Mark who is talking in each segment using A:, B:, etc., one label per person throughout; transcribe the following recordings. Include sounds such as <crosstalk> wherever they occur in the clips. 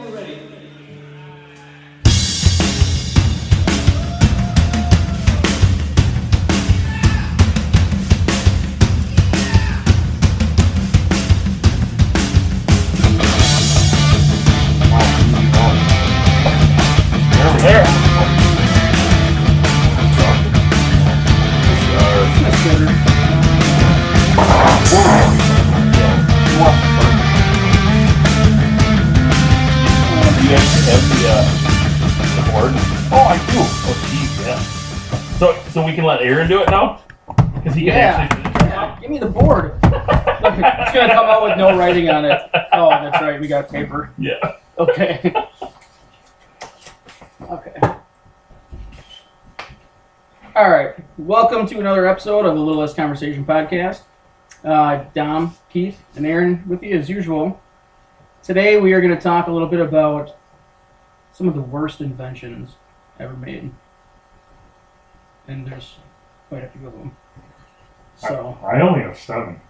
A: we're ready.
B: Oh, You guys have the, uh, the board?
C: Oh, I do.
B: Oh, geez, yeah. So, so we can let Aaron do it now? Because he can
D: Yeah.
B: actually do the job.
D: Give me the board. <laughs> it's gonna come out with no writing on it. Oh, that's right. We got paper.
B: Yeah.
D: Okay. <laughs> okay. All right. Welcome to another episode of the Little Less Conversation podcast. Uh, Dom, Keith, and Aaron with you as usual. Today we are going to talk a little bit about some of the worst inventions ever made, and there's quite a few of them. So.
C: I only have seven.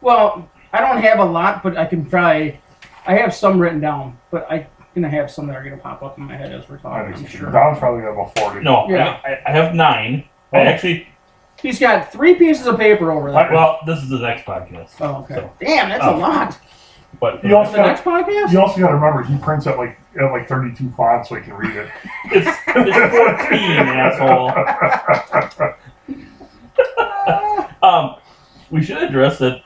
D: Well, I don't have a lot, but I can probably. I have some written down, but I'm gonna have some that are gonna pop up in my head as we're
C: I
D: talking.
C: think
D: I'm
C: sure.
D: sure.
C: Dom's probably got about forty.
B: No,
D: Yeah.
B: I, I have nine.
C: Oh.
B: I actually,
D: He's got three pieces of paper over there.
B: well, this is the next podcast.
D: Oh, okay.
B: So,
D: Damn, that's
B: Oh.
D: a lot.
B: but
C: You also
D: The next podcast.
C: You also got to remember he prints at like at like thirty-two fonts so he can read it.
B: it's, it's 14, asshole.
D: Ah.
B: Um, we should address that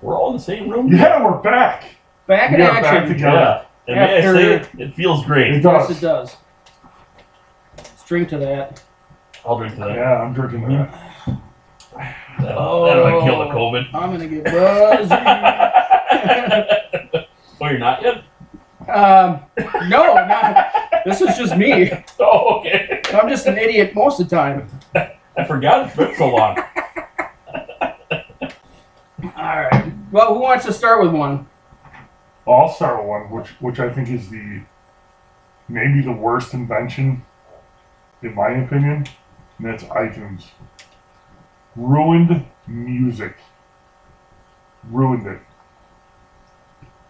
B: we're all in the same room.
C: yeah, we're back.
D: back in
C: We are back
D: action.
C: together.
B: Yeah. And may I say, it,
D: After-
B: it feels
C: It
B: great.
D: Yes, it
C: does.
D: does. Let's drink to that.
B: I'll drink to that.
C: Yeah, I'm drinking that.
B: That'll,
D: Oh.
B: that'll kill the COVID.
D: I'm gonna get buzzy.
C: <laughs>
B: oh, you're not yet?
D: um, no, not, this is just me.
B: Oh, okay.
D: I'm just an idiot most of the time.
B: I forgot it's been so long.
D: All right. Well, who wants to start with one?
C: I'll start with one, which which I think is the maybe the worst invention, in my opinion, and that's iTunes. Ruined music. Ruined it.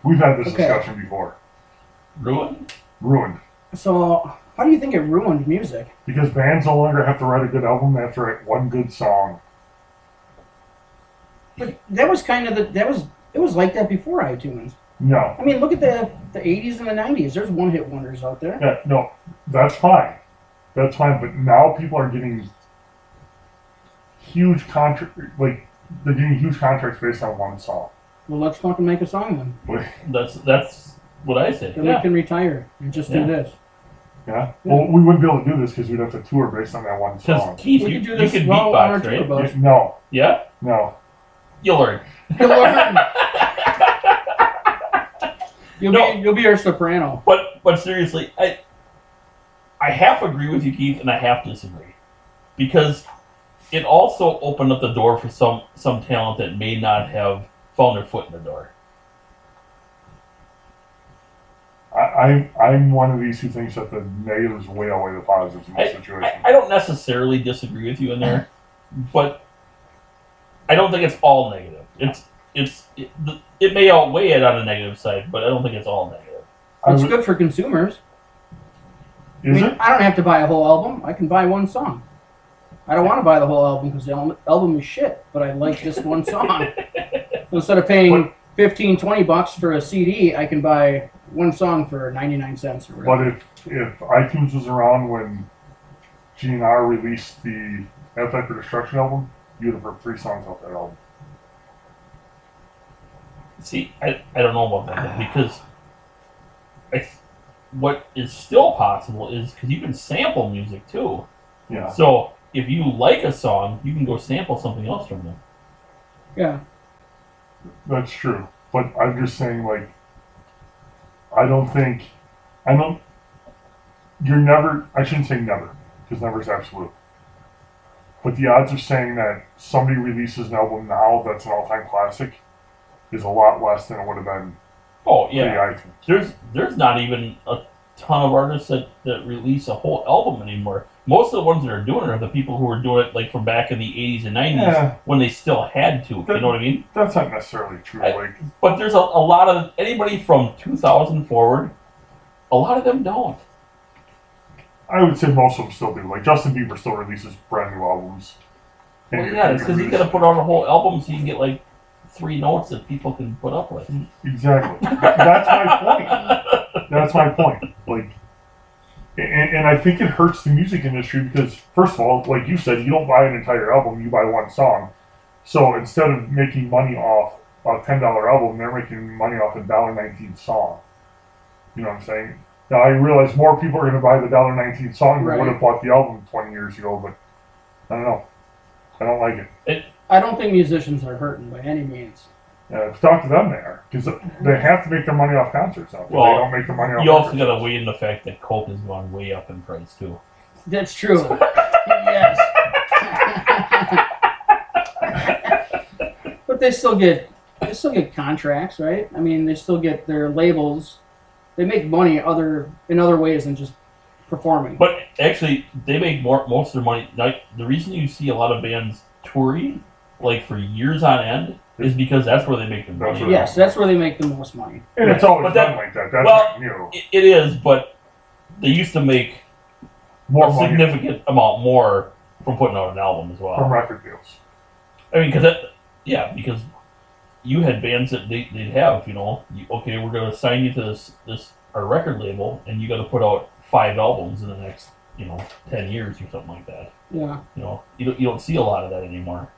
C: We've had this
D: Okay.
C: discussion before.
B: Ruin?
C: Ruined.
D: So, how do you think it ruined music?
C: Because bands no longer have to write a good album after write one good song.
D: But that was kind of the that was it was like that before iTunes.
C: No.
D: I mean, look at the the 80s and the 90s. There's one hit wonders out there.
C: Yeah, no. That's fine. That's fine. But now people are getting huge contract like they're getting huge contracts based on one song.
D: Well, let's fucking make a song then.
B: That's that's what I said.
D: Then we
B: Yeah.
D: can retire and just
B: Yeah.
D: do this.
C: Yeah. Well, we wouldn't be able to do this because we'd have to tour based on that one song.
B: Because Keith,
D: we
B: you,
D: could do
B: you
D: this
B: could
D: while on our
B: beatbox,
D: tour
B: right?
D: bus.
C: Yeah, No,
B: Yeah,
C: no.
B: you'll learn.
D: You'll
B: <laughs>
D: learn. You'll
B: No.
D: be you'll be our soprano.
B: But but seriously, I I half agree with you, Keith, and I half disagree because it also opened up the door for some some talent that may not have found their foot in the door.
C: I, I, I'm one of these who thinks that the negatives way outweigh the positives in this
B: I,
C: situation.
B: I don't necessarily disagree with you in there, but I don't think it's all negative. It's it's it, it may outweigh it on the negative side, but I don't think it's all negative.
C: I
D: It's
C: would-
D: good for consumers.
C: Is
D: I mean,
C: it?
D: I don't have to buy a whole album. I can buy one song. I don't want to buy the whole album because the al- album is shit, but I like this one
C: <laughs>
D: song. Instead of paying 15, 20 bucks for a CD, I can buy one song for 99 cents or
C: But
D: whatever.
C: if, if iTunes was around when GNR released the Appetite for Destruction album, you would have heard three songs off that album.
B: See, I, I don't know about that though, because I, what is still possible is because you can sample music too.
C: Yeah.
B: So if you like a song, you can go sample something else from them.
D: Yeah.
C: That's true. But I'm just saying, like, I don't think, I don't, you're never, I shouldn't say never, because never is absolute. But the odds of saying that somebody releases an album now that's an all time classic is a lot less than it would have been
B: Oh
C: yeah.
B: yeah, there's there's not even a ton of artists that, that release a whole album anymore. Most of the ones that are doing it are the people who were doing it like from back in the 80s and 90s
C: Yeah.
B: when they still had to. You know what I mean?
C: That's not necessarily true.
B: I-
C: like,
B: But there's a, a lot of anybody from 2000 forward, a lot of them don't.
C: I would say most of them still do. Like, Justin Bieber still releases brand new albums. And
B: Well,
C: you-
B: yeah,
C: you
B: it's because you
C: release-
B: got to put out a whole album so you can get like three notes that people can put up with.
C: Exactly. That's my point. That's my point. Like, and, and I think it hurts the music industry because, first of all, like you said, you don't buy an entire album; you buy one song. So instead of making money off a ten dollar album, they're making money off a dollar nineteen song. You know what I'm saying? Now I realize more people are going to buy the dollar nineteen song than would
D: Right.
C: have bought the album twenty years ago, but I don't know. I don't like it.
D: I don't think musicians are hurting by any means.
C: Uh, talk to them there because they have to make their money off concerts. Now. If
B: Well,
C: they don't make their money off
B: You also
C: concerts-
B: got to weigh in the fact that Coke has gone way up in price too.
D: That's true. yes. but they still get they still get contracts, right? I mean, they still get their labels. They make money other in other ways than just performing.
B: But actually, they make more most of their money. Like the reason you see a lot of bands touring, like for years on end, is because that's where they make their
C: That's
B: money.
C: right.
D: yes, that's where they make the most money.
C: And it's
B: Right.
C: always
B: But
C: been
B: that-
C: like that. That's
B: well,
C: not new.
B: It, it is, but they used to make
C: More
B: a
C: money
B: significant amount more from putting out an album as well.
C: from record deals.
B: I mean, because yeah, because you had bands that they, they'd have, you know, you, okay, we're gonna sign you to this this our record label, and you got to put out five albums in the next, you know, ten years or something like that.
D: Yeah.
B: You know, you don't, you don't see a lot of that anymore.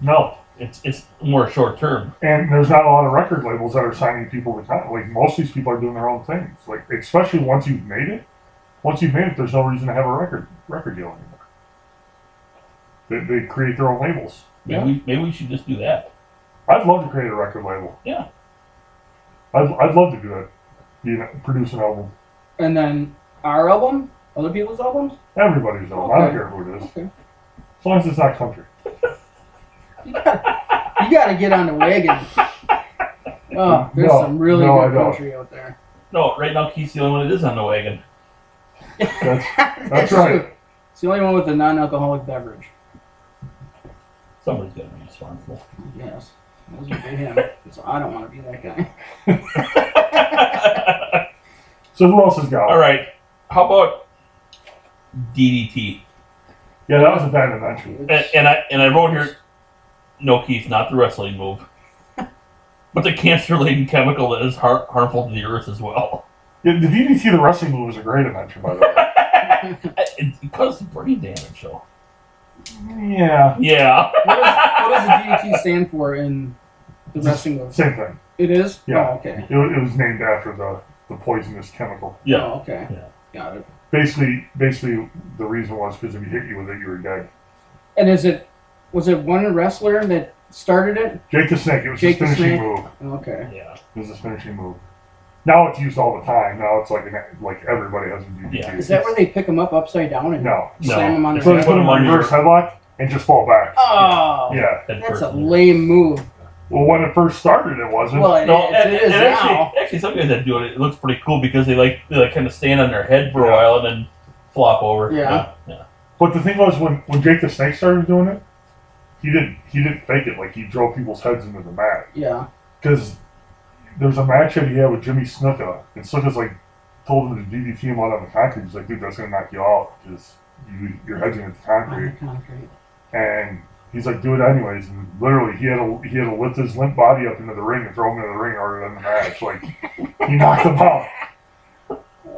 C: No,
B: It's it's more short term.
C: and there's not a lot of record labels that are signing people with that. Like most of these people are doing their own things. Like especially once you've made it, once you've made it, there's no reason to have a record record deal anymore. They, they create their own labels.
B: Maybe
D: Yeah.
B: we, maybe we should just do that.
C: I'd love to create a record label.
B: Yeah.
C: I'd, I'd love to do that. You know, produce an album.
D: And then our album, other people's albums.
C: Everybody's album. I don't
D: Okay.
C: care who it is.
D: Okay.
C: As long as it's not country.
D: You got to get on the
C: <laughs>
D: wagon. Oh, there's
C: No,
D: some really
C: no, I
D: good
C: don't.
D: country out there.
B: No, right now Keith's the only one that is on the wagon.
C: That's
D: That's,
C: right.
D: true. <laughs> It's the only one with a non-alcoholic beverage.
B: Somebody's gonna be responsible.
D: Yes. Those would be him. So I don't want to be that guy.
C: so who else has got? one?
B: All right, how about DDT?
C: Yeah, that was a bad
B: Uh,
C: invention.
B: And, and I and I wrote here, no, Keith, not the wrestling move, <laughs> but the cancer-laden chemical that is har- harmful to the earth as well. <laughs>
C: Yeah, the DDT, the wrestling move, was a great invention, by the way.
B: It, it causes brain damage, though.
D: <laughs>
C: yeah,
B: Yeah,
D: What, is, what does the DDT stand for in the wrestling world?
C: same thing.
D: It is?
C: Yeah.
D: Oh, okay.
C: It, wa- it was named after the, the poisonous chemical.
B: yeah.
D: Oh, okay.
B: Yeah.
D: Got it.
C: Basically, basically, the reason was because if you hit you with it, you were dead.
D: And is it, was it one wrestler that started it?
C: Jake the Snake. It was
D: Jake the
C: his finishing
D: Snake.
C: move.
D: Okay.
B: Yeah,
C: It was his finishing move. Now it's used all the time. Now it's like an, like everybody has a DDT.
B: Yeah.
D: Is that where they pick him up upside down and
C: No.
D: slam him on
B: No.
C: So they
D: their
C: put him in
B: Under-
C: reverse headlock and just fall back.
D: Oh!
C: Yeah.
B: that
D: That's a
B: person.
D: lame move.
C: Well, when it first started, it wasn't.
D: Well, <laughs> it
B: No,
D: is-
B: and,
D: it is
B: and
D: now.
B: actually, actually, some guys that do it, it looks pretty cool because they like they like kind of stand on their head for a
C: Yeah.
B: while and then flop over.
D: Yeah.
B: yeah.
C: But the thing was, when, when Jake the Snake started doing it, he didn't he didn't fake it. Like he drove people's heads into the mat.
D: Yeah.
C: Because there's a match that he had with Jimmy Snuka, and Snuka's like told him to DDT him out on the concrete. He's like, dude, that's gonna knock you out because you, your head's gonna hit the concrete.
D: Concrete.
C: And he's like, do it anyways. And literally, he had to he had to lift his limp body up into the ring and throw him into the ring rather than the match. Like he knocked him out.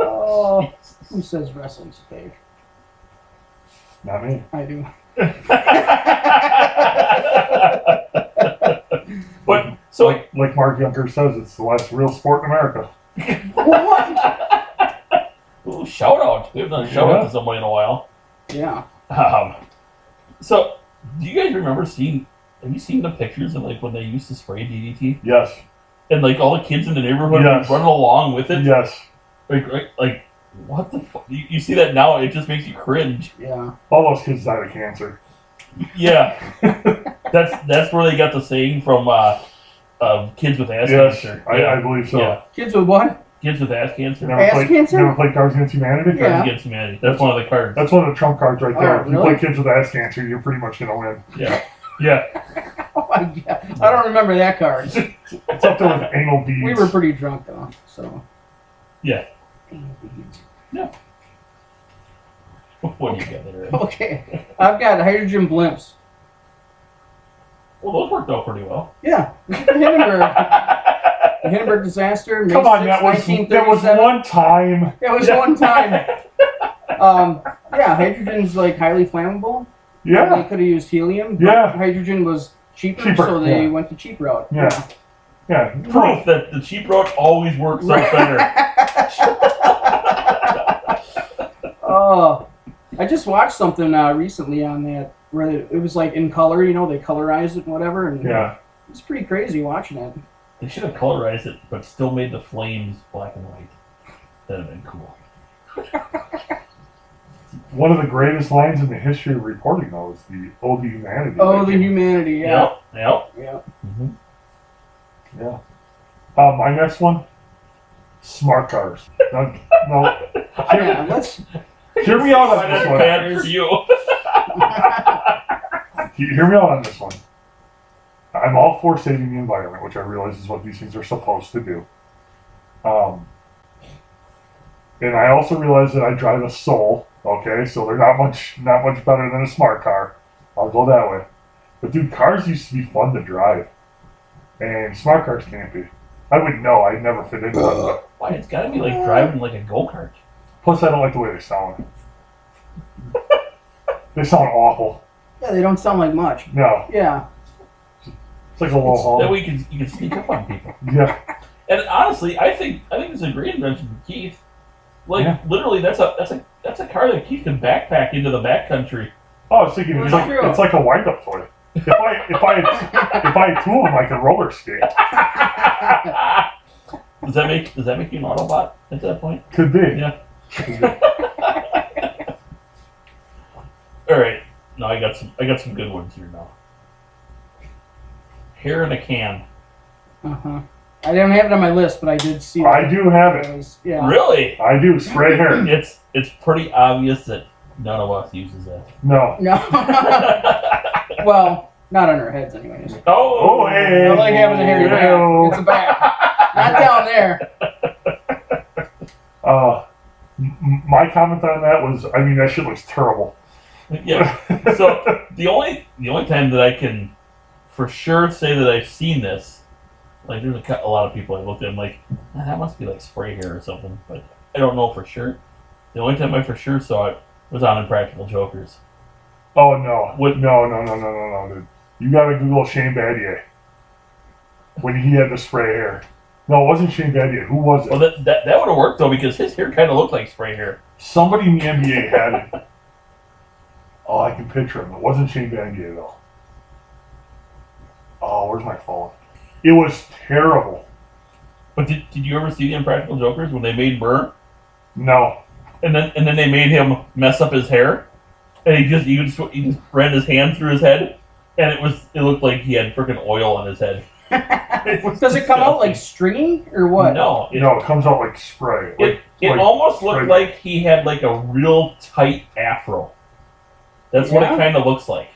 D: Oh, who says wrestling's fake?
C: Not me.
D: I do. <laughs>
B: but so
C: like, like Mark Younger says, it's the last real sport in America.
D: what?
B: Ooh, shout out. We haven't done a shout out
C: Yeah.
B: to somebody in a while.
D: Yeah.
B: Um, so, do you guys remember seeing? Have you seen the pictures of like when they used to spray DDT
C: Yes.
B: and like all the kids in the neighborhood
C: Yes.
B: running along with it?
C: Yes.
B: Like, like, like, what the fuck? You, you see that now? It just makes you cringe.
D: Yeah.
C: All those kids died of cancer.
B: Yeah, <laughs> that's that's where they got the saying from uh, uh, kids with ass
C: yes.
B: cancer.
C: I,
B: yeah.
C: I believe so.
B: yeah,
D: Kids with what?
B: kids with ass cancer.
C: Never
D: Ass
C: played,
D: cancer?
C: Never played Cards Against Humanity?
D: Yeah.
B: Against humanity. That's one of the cards.
C: That's one of the trump cards right there.
D: Oh,
C: if you
D: really?
C: play kids with ass cancer, you're pretty much going to win.
B: Yeah, yeah.
D: <laughs> Oh my god. I don't remember that card.
C: It's up
D: <laughs>
C: there with anal beads.
D: We were pretty drunk though, so.
B: Yeah. <laughs> What do you got there? Ed?
D: Okay. I've got hydrogen blimps.
B: Well, those worked out pretty well.
D: Yeah. This is the Hindenburg.
C: <laughs>
D: The Hindenburg disaster. May
C: Come on,
D: 6,
C: that was, that was
D: 1937.
C: one time.
D: That was
C: <laughs>
B: Yeah.
D: one time. Um, yeah, hydrogen's like highly flammable.
C: Yeah.
D: They could have used helium. but
C: Yeah.
D: Hydrogen was cheaper,
C: Cheaper,
D: so they
C: yeah.
D: went the cheap route.
C: Yeah. Yeah.
B: Proof that the cheap route always works
C: <laughs>
B: out better.
D: Oh, I just watched something uh, recently on that where it it was like in color. You know, they colorized it and whatever, and
C: Yeah.
D: it's pretty crazy watching it.
B: they should have colorized it, but still made the flames black and white. That'd have been cool.
C: One of the greatest lines in the history of reporting, though, is the Oh, the humanity.
D: Oh, the humanity. Yeah.
B: Yep. Yep.
C: <laughs>
D: Yeah.
C: Mm-hmm.
B: hmm
C: Yeah. Uh, my next one smart cars. No,
D: <laughs>
C: no,
D: Yeah. Let's.
C: hear me out on this
B: That's
C: one.
B: bad for you. <laughs>
C: He- Hear me out on this one. I'm all for saving the environment, which I realize is what these things are supposed to do. Um, and I also realize that I drive a Soul. Okay, so they're not much not much better than a smart car. I'll go that way. But dude, cars used to be fun to drive, and smart cars can't be. I wouldn't know. I'd never fit into one. But
B: Why? It's got to be like driving like a go kart.
C: plus, I don't like the way they sound. <laughs> they sound awful.
D: Yeah, they don't sound like much.
C: No,
D: Yeah.
C: it's like a low
B: That
C: haul.
B: way you can you can sneak up on people.
C: Yeah,
B: And honestly, I think I think it's a great invention for Keith. Like
C: Yeah.
B: literally, that's a that's a that's a car that Keith can backpack into the backcountry.
C: Oh, I was thinking it's
D: Well,
C: like,
D: true.
C: it's like a wind up toy. If I if I had, if I had two of them, I could roller skate.
B: <laughs> does that make does that make you an Autobot at that point?
C: Could be.
B: Yeah. All right. No, I got some. I got some good ones here now. Hair in a can.
D: Uh huh. I didn't have it on my list, but I did see.
C: I do have
D: It
C: it.
D: was- Yeah.
B: Really?
C: I do spray hair.
B: It's it's pretty obvious that none of us uses that.
C: No.
D: No. <laughs> well, not on our heads, anyways.
B: oh,
C: Oh, hey.
D: I like having the hair in the
C: Ew.
D: back. It's a back. Not down there.
C: Uh, m- m- my comment on that was, I mean, that shit looks terrible.
B: Yeah. So the only the only time that I can for sure say that I've seen this, like there's a, cou- a lot of people I looked at, I'm like, "Ah, that must be like spray hair or something, but I don't know for sure. The only time I for sure saw it was on Impractical Jokers.
C: Oh no.
B: What-
C: No no no no no no dude. You gotta Google Shane Battier when he had the spray hair. No, it wasn't Shane Battier. Who was it?
B: Well, that that, that would have worked though because his hair kind of looked like spray hair.
C: Somebody in the NBA had it. Oh, I can picture him. It wasn't Shane Battier though. Oh, where's my phone? It was terrible.
B: But did, did you ever see the Impractical Jokers when they made Burr
C: No,
B: and then and then they made him mess up his hair, and he just he just, he just ran his hand through his head, and it was it looked like he had freaking oil on his head.
D: Does it come out like stringy or what?
B: No, it,
C: no, it comes out like spray. Like,
B: it, it
C: like-
B: almost looked
C: like-
B: like he had like a real tight afro. That's what
D: Yeah?
B: it kind of looks like.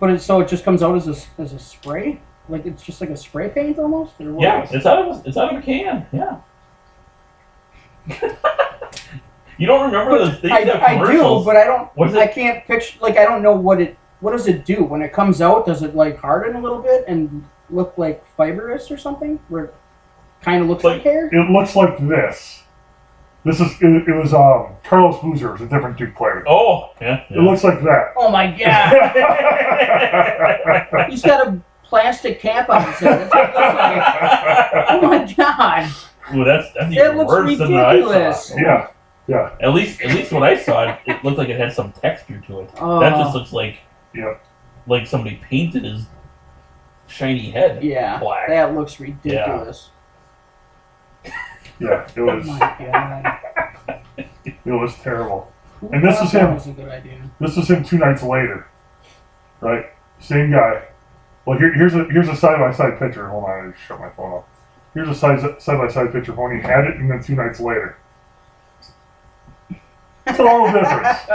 D: But it, so it just comes out as a s- as a spray, like it's just like a spray paint almost. Or what?
B: Yeah, it's out of a, it's out of a can. Yeah. <laughs> you don't remember those things
D: I,
B: that
D: I do,
B: commercials?
D: but I don't.
B: What's
D: I
B: it?
D: can't picture. Like I don't know what it. What does it do when it comes out? Does it like harden a little bit and look like fibrous or something? Where it kind of looks like,
B: Like-
D: hair.
C: It looks like this. This is it, it was um Carlos Boozer, is a different Duke player.
B: Oh, yeah.
C: It looks like that.
D: Oh my god!
B: yeah.
D: He's got a plastic cap on his head. That's what it looks like. Oh my god!
B: Ooh, that's that's
D: It
B: even
D: looks
B: worse than what I
D: ridiculous.
B: saw.
C: <laughs> yeah. Yeah.
B: At least, at least when I saw it, it looked like it had some texture to it. that
D: Oh.
B: just looks like,
C: Yeah.
B: like somebody painted his shiny head
D: Oh, yeah,
B: black.
D: that looks ridiculous.
C: Yeah, it
D: Oh
C: was
D: my god.
C: it was terrible.
D: Who
C: And this
D: thought
C: is
D: that
C: him.
D: was a good idea.
C: This was him two nights later, right? Same guy. Well, here, here's a here's a side by side picture. Hold on, I just shut my phone off. Here's a side side by side picture of when he had it, and then two nights later. Total difference.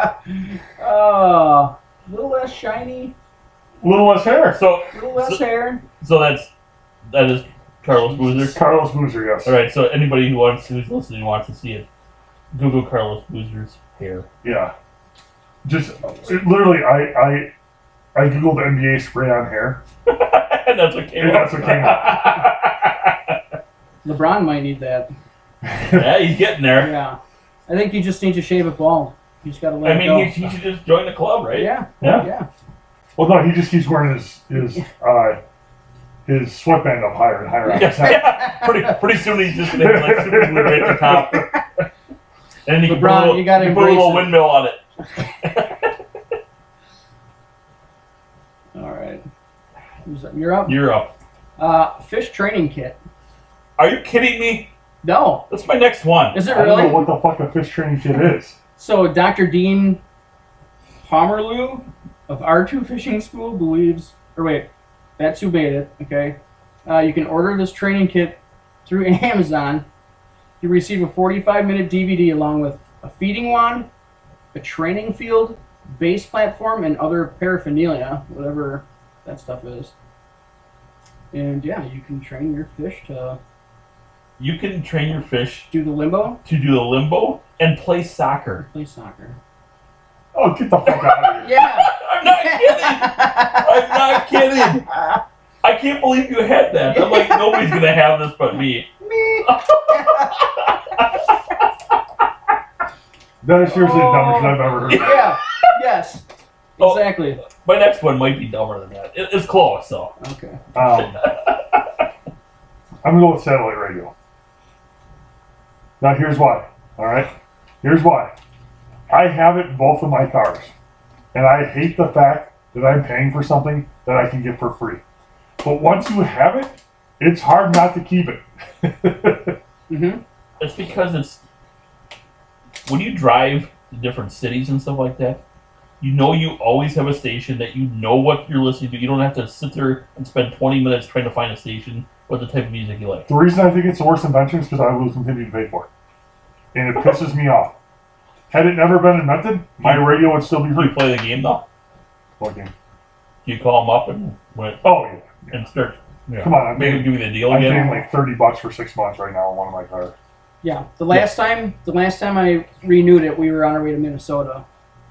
D: Oh, a little less shiny,
C: A little less hair.
B: So,
D: a little less
B: So-
D: hair.
B: so that's that is Carlos Boozer.
C: Carlos Boozer, yes.
B: All right. So anybody who wants who's listening wants to see it, Google Carlos Boozer's hair. <laughs>
C: Yeah. Just it, literally, I I I googled NBA spray on hair.
B: and that's what came
C: Yeah, that's
B: up.
C: what came
B: <laughs>
D: LeBron might need that.
B: yeah, he's getting there.
D: Yeah, I think you just need to shave it bald. You just gotta let
B: I
D: it go.
B: mean, he, he should just join the club, right?
D: yeah,
B: Yeah.
D: yeah.
C: Well, no, he just keeps wearing his his uh, his sweatband up higher and higher on his head.
B: <laughs> Yeah. pretty pretty soon he's just gonna have like super glue right at the <laughs> top. And he can put a
D: LeBron,
B: little,
D: you gotta
B: he can put a
D: embrace
B: little
D: it.
B: windmill on it.
D: All right. Who's up? You're up.
B: You're up.
D: Uh, fish training kit.
B: Are you kidding me?
D: No,
B: That's my next one.
D: is it
C: I don't know
D: really?
C: what the fuck a fish training kit is.
D: So Dr. Dean Pomerleau of R2 Fishing School believes, or wait, that's who made it. Okay, uh, you can order this training kit through <laughs> Amazon. You receive a 45-minute DVD along with a feeding wand, a training field, base platform, and other paraphernalia, whatever that stuff is. And yeah, you can train your fish to
B: You can train your fish
D: do the limbo,
B: to do the limbo and play soccer.
D: play soccer.
C: Oh, get the fuck out of here!
D: <laughs> Yeah.
B: I'm not kidding. I'm not kidding. I can't believe you had that. I'm like nobody's gonna have this but <laughs> me.
D: Me.
C: That is seriously the dumbest
D: Oh.
C: I've ever heard.
D: Yeah. Yes.
B: Oh.
D: Exactly.
B: My next one might be dumber than that. It, it's close though.
D: Okay.
C: Um, I'm gonna go with satellite radio. Now here's why. All right, here's why. I have it in both of my cars, and I hate the fact that I'm paying for something that I can get for free. But once you have it, it's hard not to keep it. <laughs>
D: Mm-hmm.
B: It's because it's when you drive to different cities and stuff like that, you know you always have a station that you know what you're listening to. You don't have to sit there and spend 20 minutes trying to find a station with the type of music you like.
C: the reason I think it's the worst invention is because I will continue to pay for it, and it pisses me off. Had it never been invented, my radio would still be
B: Do you
C: free.
B: play the game though?
C: Fucking-
B: Do you call them up and when,
C: Oh yeah.
B: and start? Yeah.
C: Come on, I'm
B: maybe give me the deal
C: I'm
B: again.
C: paying like thirty bucks for six months right now on one of my cars. <laughs>
D: Yeah. The last time, the last time I renewed it, we were on our way to Minnesota,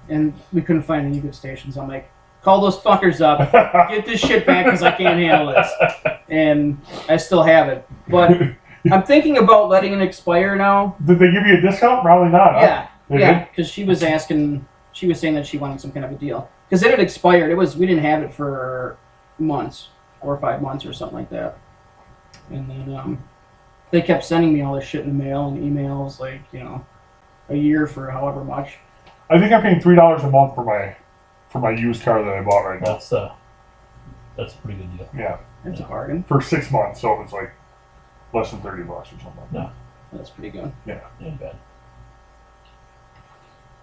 D: and we couldn't find any good stations. I'm like, call those fuckers up, get this shit back because I can't handle <laughs> this, and I still have it. <laughs> But I'm thinking about letting it expire now.
C: Did they give you a discount? Probably not. huh?
D: Yeah.
C: They
D: Yeah.
C: did?
D: Because she was asking, she was saying that she wanted some kind of a deal because it had expired. It was we didn't have it for months, four or five months or something like that. And then um, they kept sending me all this shit in the mail and emails, like you know, a year for however much.
C: I think I'm paying three dollars a month for my for my used car that I bought right now.
B: That's uh, that's a pretty good deal.
C: Yeah,
D: That's a bargain.
C: for six months, so it's like less than thirty bucks or something. like that.
D: That's pretty good.
B: Not bad.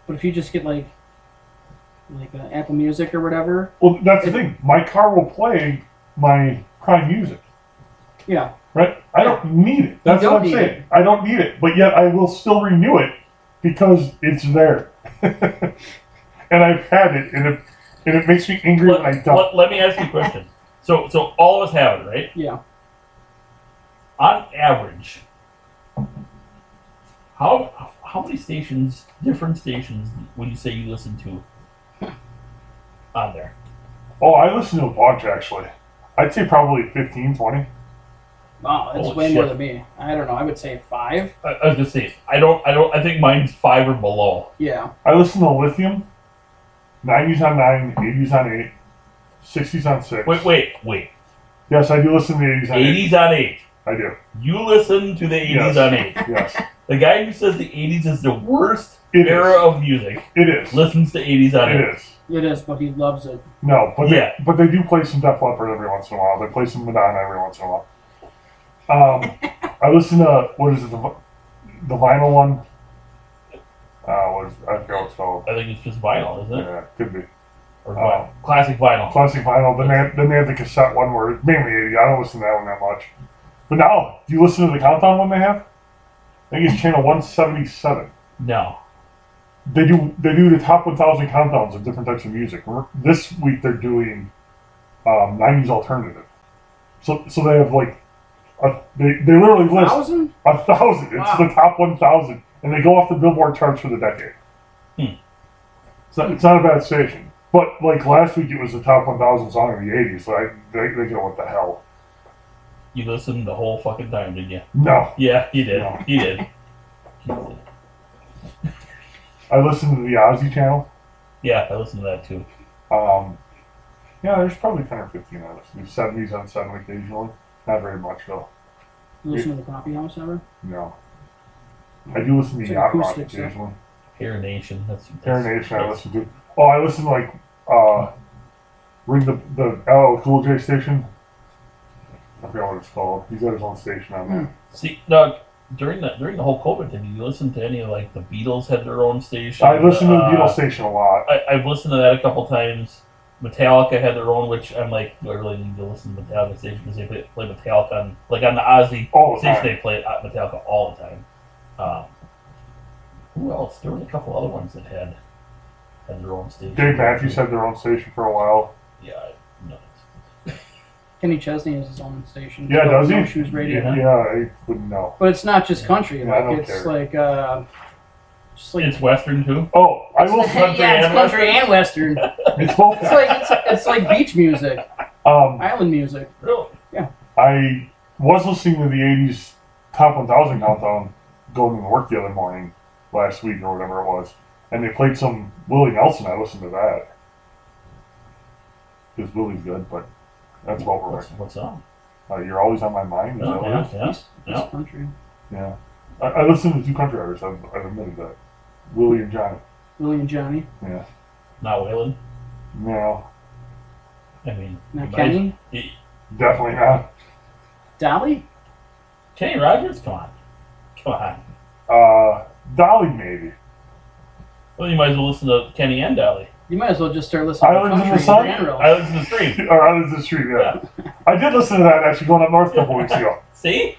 D: But if you just get like, like uh, Apple Music or whatever,
C: Well, that's the thing. My car will play my crime music.
D: yeah,
C: Right? I don't need it. That's
D: don't
C: what I'm
D: need
C: saying. I don't need it, but yet I will still renew it because it's there. <laughs> and I've had it, and it and it makes me angry
B: Let,
C: when I don't.
B: let- let me ask you a question. So, so all of us have it, right?
D: yeah.
B: on average, how how many stations, different stations, would you say you listen to on there?
C: Oh, I listen to a bunch actually. I'd say probably 15, 20.
D: Wow, that's
B: Holy
D: Oh, way more
B: shit.
D: than me. I don't know. I would say five.
B: I, I was gonna say I don't I don't I think mine's five or below.
D: Yeah.
C: I listen to Lithium, 90s on 9, 80s on 8, 60s on 6.
B: Wait, wait, wait.
C: Yes, I do listen to the 80s on 8.
B: Eighties on eight.
C: I do.
B: You listen to the eighties
C: Yes.
B: on eight.
C: Yes.
B: The guy who says the 80s is the worst
C: It
B: era
C: is.
B: of music
C: It is.
B: listens to 80s on it.
C: It is.
D: It is, but he loves it.
C: No, but
B: Yeah.
C: they, but they do play some Def Leppard every once in a while. They play some Madonna every once in a while. Um, I listen to what is it the, vi- the vinyl one? Uh, what is, I forgot what it's called.
B: I think it's just vinyl, isn't it?
C: Yeah, could be Oh.
B: Or vinyl. classic vinyl.
C: classic vinyl. Then they have, then they have the cassette one where it's mainly eighty. I don't listen to that one that much. But now, do you listen to the countdown one they have? I think it's channel one seventy seven.
B: No.
C: They do they do the top one thousand countdowns of different types of music. Remember, This week they're doing um, '90s alternative. So so they have like a, they they literally list
D: Thousand?
C: a thousand. It's
D: Wow.
C: the top one thousand, and they go off the Billboard charts for the decade.
B: Hmm.
C: So it's not a bad station. But like last week, it was the top one thousand song of the '80s. So I, they, they go, what the hell?
B: You listened the whole fucking time, didn't you?
C: No,
B: Yeah, you did.
C: No.
B: You did.
C: I listened to the Ozzy channel.
B: Yeah, I listened to that too.
C: Um, yeah, there's probably ten or fifteen I listen to. Seventies on seven occasionally. Not very much though.
D: You listen to the coffee house ever?
C: No. I do listen to
D: It's
C: yacht rock
D: acoustic stuff.
C: occasionally.
B: Hair Nation. That's, that's
C: Terra Nation I
B: that's-
C: listen to. Oh, I listen to like uh, ring the the LL Cool J station. I forgot what it's called. He's got his own station on there.
B: See, no, during the during the whole COVID thing, did you listen to any of like the Beatles had their own
D: Hmm.
B: station?
C: I listen to the
B: Uh,
C: Beatles station a lot.
B: I, I've listened to that a couple times. Metallica had their own, which I'm like, do I really need to listen to Metallica station because they play, play Metallica on like on the Ozzy
C: All the
B: station.
C: time.
B: They play uh, Metallica all the time. Um, who else? There were a couple other ones that had had their own station.
C: Dave Matthews had their own station for a while.
B: Yeah, I- no.
D: Kenny Chesney has his own station.
C: Yeah, does he?
D: Oh, No Shoes Radio.
C: Yeah, yeah, I wouldn't know.
D: But it's not just country.
C: Yeah, I
D: like
C: don't
D: it's
C: care.
D: like uh, just like
B: It's Western too.
C: Oh, I will.
D: <laughs>
B: country
D: yeah, it's
B: and
D: country and western.
C: It's both.
D: It's like it's, it's like beach music,
C: <laughs> Um,
D: island music.
B: Really?
C: I was listening to the '80s Top 1000 countdown going to work the other morning, last week or whatever it was, and they played some Willie Nelson. I listened to that because Willie's good, but that's what we're.
B: What's, what's on?
C: Uh, you're always on my mind. Is that what it
B: Oh, Yeah,
C: is?
B: yeah,
D: It's- it's
B: yeah.
D: country.
C: Yeah. I, I listened to two country artists. I've, I've admitted that. Willie and Johnny.
D: Willie and Johnny.
C: Yeah.
B: Not Waylon.
C: No,
B: I mean,
D: Now
B: you might-
D: Kenny.
C: definitely not.
D: Dolly?
B: Kenny Rogers. Come on, come on.
C: Uh, Dolly maybe. <laughs>
B: Well, you might as well listen to Kenny and Dolly.
D: You might as well just start listening
C: Islands in
D: to
C: the
D: country in
C: Sun?
D: general.
B: Islands in the Stream.
C: or out of the street. Yeah. I did listen to that actually going up north a couple weeks ago.
B: <laughs> See?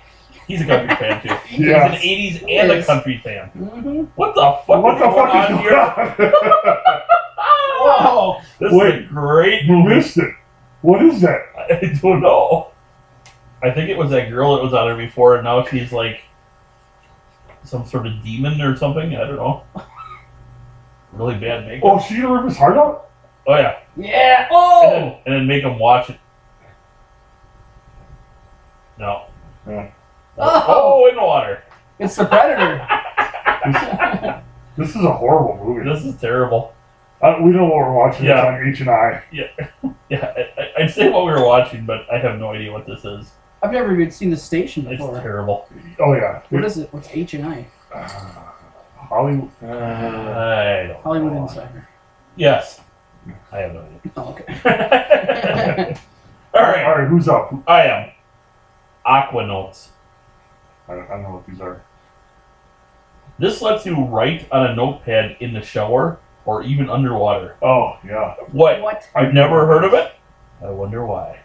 B: He's a <laughs> country fan too.
C: Yeah.
B: He's an 80s and
D: <laughs>
B: a
D: Yes.
B: country fan.
D: Mm-hmm.
B: What the fuck
C: what
B: is
C: the
B: going
C: fuck
B: on
C: is
B: here?
C: going on? <laughs>
D: Oh,
B: Ah! This is
C: Wait.
B: a great
C: You
B: movie.
C: missed it. What is that?
B: I don't know. I think it was that girl that was on there before, and now she's like some sort of demon or something. I don't know. Really bad makeup.
C: Oh, she gonna rip his heart out?
B: Oh, yeah.
D: Yeah.
B: And then,
D: Oh.
B: and then make him watch it. No.
C: Yeah.
D: Oh.
B: oh, in the water.
D: It's the Predator.
C: This is a horrible movie.
B: This is terrible.
C: Uh, we know what we're watching.
B: Yeah.
C: It's on H and I.
B: Yeah, I, I- I'd say what we were watching, but I have no idea what this is.
D: I've never even seen the station
B: It's
D: before.
B: terrible.
C: Oh yeah.
D: What is it? What's H and I?
C: Uh, Hollywood. Uh,
B: I don't.
D: Hollywood
C: Oh.
D: Insider. <laughs>
B: Yes, I have no
D: Oh,
C: <laughs>
D: okay.
B: idea. <laughs> All
C: all
B: right,
C: right, who's up?
B: I am Aquanauts.
C: I don't, I don't know what these are.
B: This lets you write on a notepad in the shower or even underwater.
C: Oh yeah.
B: What?
D: what?
B: I've never heard of it. I wonder why.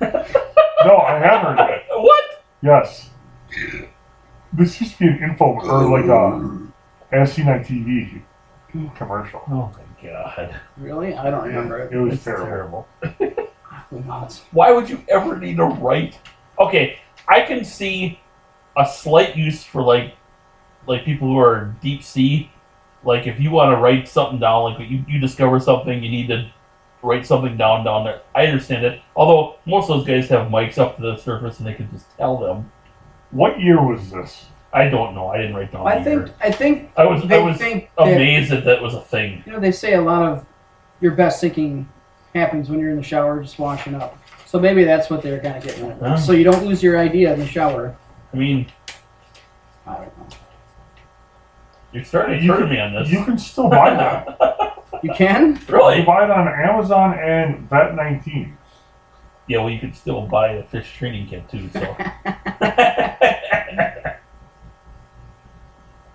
C: No, I have heard of it.
B: What?
C: Yes. This used to be an info or like a SC9 TV commercial.
B: Oh my god,
D: Really? I don't remember
C: It
D: it.
C: was
B: it's
C: terrible.
B: terrible.
D: Aquanauts.
B: Why would you ever need to write? Okay, I can see a slight use for like like people who are deep sea. Like if you want to write something down, like you, you discover something, you need to write something down down there. I understand it. Although most of those guys have mics up to the surface and they can just tell them.
C: What year was this?
B: I don't know. I didn't write
C: Oh,
B: down. the
D: I think
B: year.
D: I think
B: I was I
D: they
B: was
D: think that,
B: amazed that that was a thing.
D: you know they say a lot of your best thinking happens when you're in the shower just washing up. So maybe that's what they were kind of getting at.
B: Huh?
D: So you don't lose your idea in the shower.
B: I mean,
D: I don't know.
B: You're starting to
C: You
B: turn
C: can-
B: me on this.
C: You can still buy
B: <laughs>
C: that.
D: You can?
C: You
B: really?
C: buy it on Amazon and Vet 19.
B: Yeah, well, you could still buy a fish training kit too. So
D: <laughs>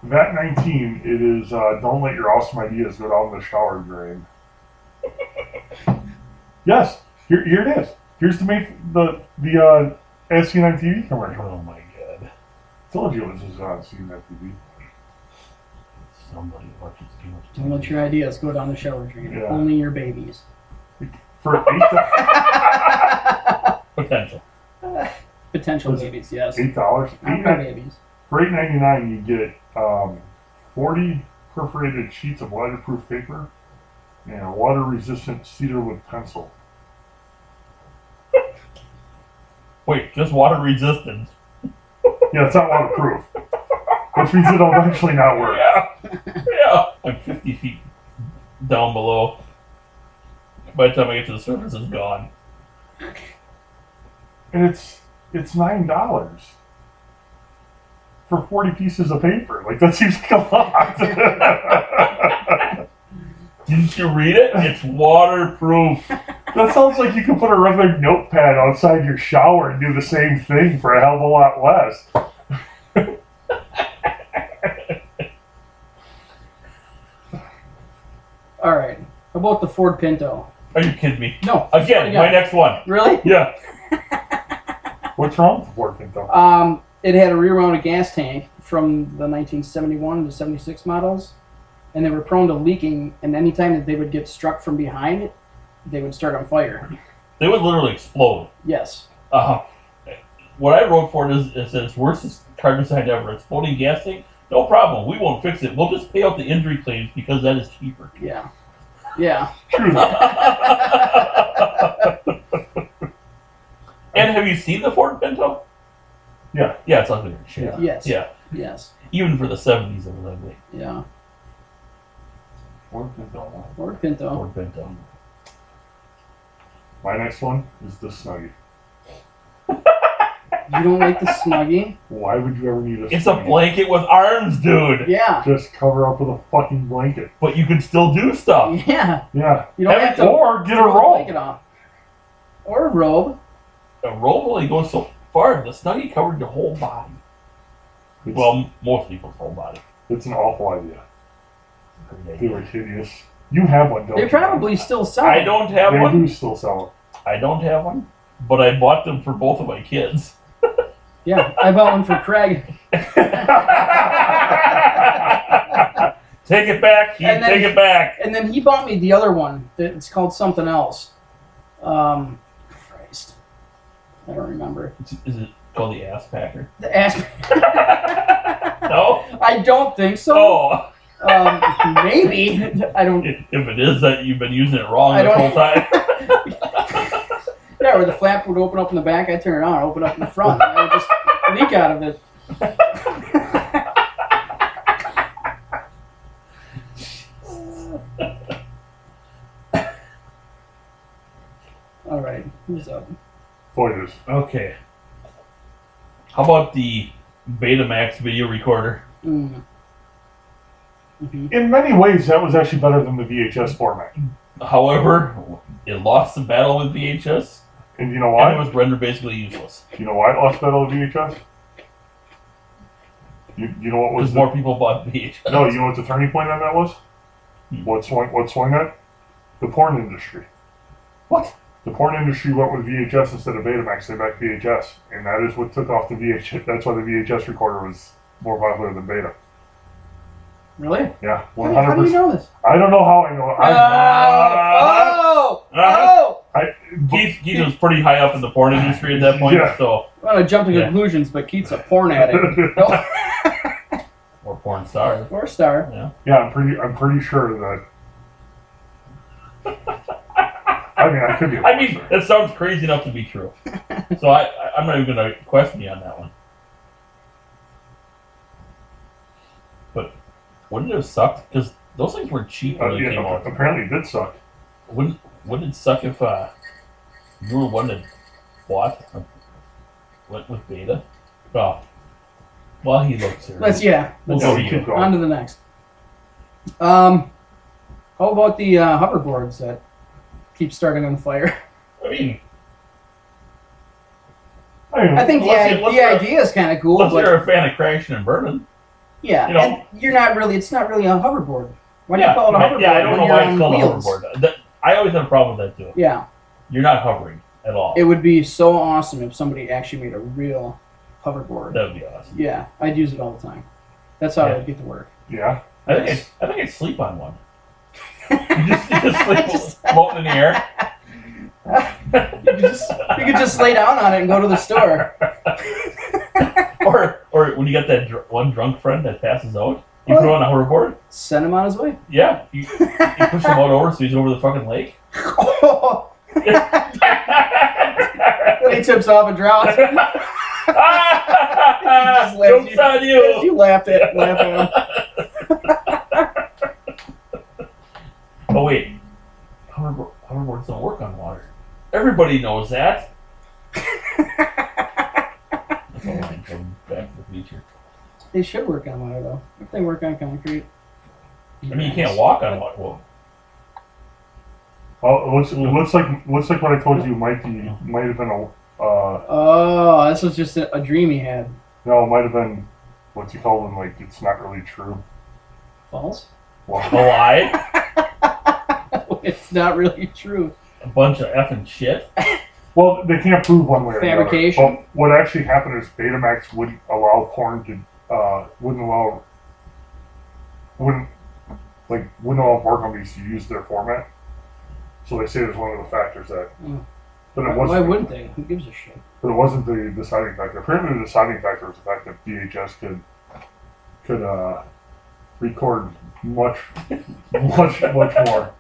C: Vet 19, it is uh, don't let your awesome ideas go down the shower drain. yes, here, here it is. Here's the main, the the uh, SC9 TV commercial.
B: Oh my god.
C: Told you it was on SC9 TV.
B: Somebody watches too much
D: Don't let your ideas go down the shower drain.
C: Yeah.
D: Only your
C: <laughs>
D: babies.
C: For eight do- <laughs>
B: potential.
D: Potential
C: Was it-
D: babies, yes.
C: eight dollars,
D: Not
C: eight
D: my
C: nine-
D: babies.
C: for eight ninety nine, you get um, forty perforated sheets of waterproof paper and a water resistant cedarwood pencil.
B: Wait, just water resistant.
C: Yeah, it's not waterproof, which means it'll eventually not work.
B: <laughs> Yeah. Yeah. I'm 50 feet down below. By the time I get to the surface, it's gone.
C: and it's it's nine dollars for forty pieces of paper. Like that seems like a lot.
B: Didn't you read it? It's
C: <laughs>
B: waterproof.
C: that sounds like you could put a regular notepad outside your shower and do the same thing for a hell of a lot less.
D: Alright. How about the Ford Pinto?
B: Are you kidding me?
D: No. I swear to
B: Again,
D: God.
B: my next one.
D: Really?
B: <laughs> Yeah.
C: What's wrong with working though?
D: Um, it had a rear-mounted gas tank from the 1971 to 76 models, and they were prone to leaking. And anytime that they would get struck from behind, they would start on fire.
B: They would literally explode.
D: Yes,
B: Uh huh. What I wrote for it is, is it's worst car design ever. Exploding gas tank? No problem. We won't fix it. We'll just pay out the injury claims because that is cheaper.
D: yeah, yeah.
C: True.
B: <laughs> And have you seen the Ford Pinto?
C: Yeah.
B: Yeah, it's ugly. as shit.
C: Yeah.
D: Yes.
B: Yeah.
D: Yes,
B: Even for the 70s, it was ugly.
D: yeah.
C: Working though.
D: Ford Pinto.
B: Ford Pinto.
D: Oh,
C: My next one is the Snuggie.
D: You don't like the
B: <laughs>
D: Snuggie?
C: Why would you ever need a?
B: It's a
C: Snuggie?
B: blanket with arms, dude.
D: Yeah,
C: Just cover up with a fucking blanket.
B: But you can still do stuff.
D: yeah.
C: Yeah.
D: You don't
B: Have
D: have
B: it
D: to
C: Or get a
D: throw the
C: roll.
D: blanket off. or a robe.
B: A roll only goes so far. The snuggie covered your whole body.
C: It's,
B: Well, most people's whole body.
C: it's an awful idea. They were hideous. You have one, don't
D: They
C: you?
D: probably still sell.
B: I don't have
C: They
B: one.
C: do still sell them.
B: I don't have one. But I bought them for both of my kids.
D: Yeah, I bought one for Craig,
B: <laughs> take it back. You
D: And then-
B: take it back.
D: and then he bought me the other one. that- It's called something else. Um, Christ, I don't remember.
B: Is is it called the ass
D: <laughs>
B: packer?
D: The ass.
B: No.
D: I don't think so.
B: Oh.
D: Um, maybe I don't.
B: If if it is that you've been using it wrong
D: I
B: this
D: don't-
B: whole time. <laughs>
D: Yeah, where the flap would open up in the back, I would turn it on, open up in the front, and I would just leak out of it. <laughs> All right, who's up?
C: Pointers.
B: Okay. How about the Betamax video recorder?
D: Mm. Mhm.
C: In many ways, that was actually better than the VHS format.
B: However, it lost the battle with VHS,
C: And you know
B: and it
C: why?
B: was rendered basically useless
C: You know why it lost battle with VHS? You, you know what was
B: because
C: the,
B: more people bought VHS.
C: no? You know what the turning point on that was?
B: Hmm.
C: What swung? What swung it? The porn industry.
B: What?
C: The porn industry went with VHS instead of Betamax. They backed VHS, and that is what took off the VHS. That's why the VHS recorder was more popular than Beta.
D: Really?
C: Yeah,
D: How,
C: one
D: do- how
C: hundred
D: do you
C: percent.
D: know this?
C: I don't know how I know.
D: Oh!
C: <laughs> I,
D: oh!
B: Uh-huh.
D: Oh!
C: I,
B: Keith, Keith was pretty high up in the porn industry
C: <laughs>
B: at that point,
C: Yeah.
B: so
D: I'm gonna jump to
B: Yeah.
D: conclusions, but Keith's a porn
B: <laughs>
D: addict.
B: or porn star.
D: Or a star.
B: Yeah.
C: Yeah, I'm pretty. I'm pretty sure that. I mean, I could be.
B: <laughs> I mean, that sounds crazy enough to be true. So I, I, I'm not even going to question you on that one. But wouldn't it have sucked? Because those things were cheap when
C: Uh,
B: they
C: yeah,
B: came out.
C: apparently it did suck.
B: Wouldn't wouldn't it suck if uh, you were one that bought went with beta? Well, While he looks here,
D: Let's yeah.
B: We'll
D: Let's
C: Yeah,
B: go
C: we
B: to
C: keep
B: you.
C: going.
D: on to the next. Um, how about the uh, hoverboards that keep starting on
B: <laughs>
D: fire?
B: I mean,
C: I don't know.
D: I think the,
B: Let's
D: i-
B: see- let's
D: the
B: hear-
D: idea is kind of cool,
B: unless
D: but
B: you're a fan of crashing and burning,
D: yeah,
B: you know-
D: and you're not really. It's not really a hoverboard. Why do
B: yeah,
D: you call it a
B: right,
D: hoverboard?
B: yeah, I don't
D: when
B: know
D: you're
B: why it's
D: on
B: called
D: wheels?
B: a hoverboard. That- I always have a problem with that too.
D: Yeah,
B: You're not hovering at all.
D: it would be so awesome if somebody actually made a real hoverboard.
B: that would be awesome.
D: Yeah, I'd use it all the time. That's how
B: Yeah.
D: I would get to work.
C: Yeah.
B: I think I'd, I think I'd sleep
D: <laughs>
B: on one. You just, you just sleep
D: Just-
B: floating in
D: <laughs>
B: the air.
D: You could just you could just lay down on it and go to the store.
B: Or or when you got that dr- one drunk friend that passes out, you put him on a hoverboard.
D: Send him on his way. <laughs>
B: Yeah, you, you push him out over so he's over the fucking lake. <laughs>
D: when he tips off and drowns.
B: <laughs>
D: He just left
B: Jokes
D: you.
B: on
D: Yes,
B: you.
D: you laughed at laughed at him.
B: Oh wait, hoverboard, hoverboards don't work on water. Everybody knows
D: <laughs>
B: that. That's a line from Back to the Future.
D: They should work on water though. If they work on concrete.
B: I mean, you can't walk on water. Well,
C: Oh, it looks, it looks like looks like what I told you might be might have been a uh,
D: Oh, this was just a, a dream he had.
C: no, it might have been what you call them like it's not really true.
D: False? <laughs>
B: a
C: Well,
B: lie,
D: it's not really true.
B: a bunch of effing
C: <laughs>
B: shit.
C: well, they can't prove one way or
D: Fabrication.
C: another. But what actually happened is Betamax wouldn't allow porn to uh, wouldn't allow wouldn't like wouldn't allow porn companies to use their format. So they say there's one of the factors that,
D: Mm.
C: but it
D: Why,
C: wasn't.
D: why wouldn't they? Who gives a shit?
C: But it wasn't the deciding factor. Apparently, the deciding factor was the fact that VHS could could uh, record much, <laughs> much, much more.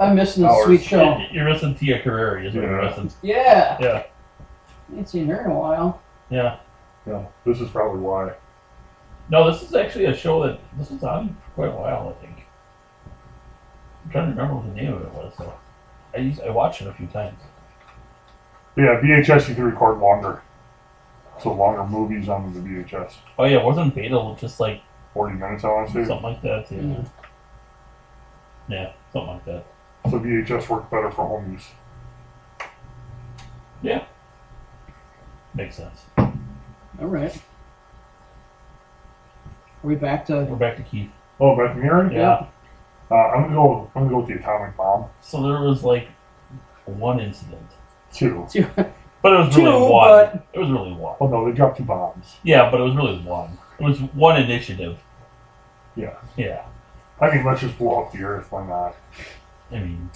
D: I'm missing the
C: Hours.
D: sweet show.
B: You- You're missing Tia Carrere, is what you're
C: Yeah.
B: missing.
D: Yeah.
B: Yeah.
D: I ain't seen her in a while.
B: Yeah.
C: Yeah, this is probably why.
B: No, this is actually a show that this was on for quite a while, I think. I'm trying to remember what the name of it was. So I used, I watched it a few times.
C: But yeah, VHS you could record longer, so longer movies on the VHS.
B: Oh yeah, wasn't Beta just like
C: Forty minutes, I want to say.
B: something like that? Yeah.
D: Mm.
B: yeah, something like that.
C: So VHS worked better for home use.
B: Makes sense.
D: All right. Are we back to
B: We're back to Keith.
C: Oh, back in here.
B: Yeah.
C: Uh, I'm gonna go. I'm gonna go with the atomic bomb.
B: So there was like one incident,
C: Two.
D: two,
B: but it was
D: Two,
B: really one.
D: but-
B: It was really one.
C: Oh no, they dropped two bombs.
B: Yeah, but it was really one. It was one initiative.
C: Yeah.
B: Yeah.
C: I mean, let's just blow up the earth. Why not?
B: I mean,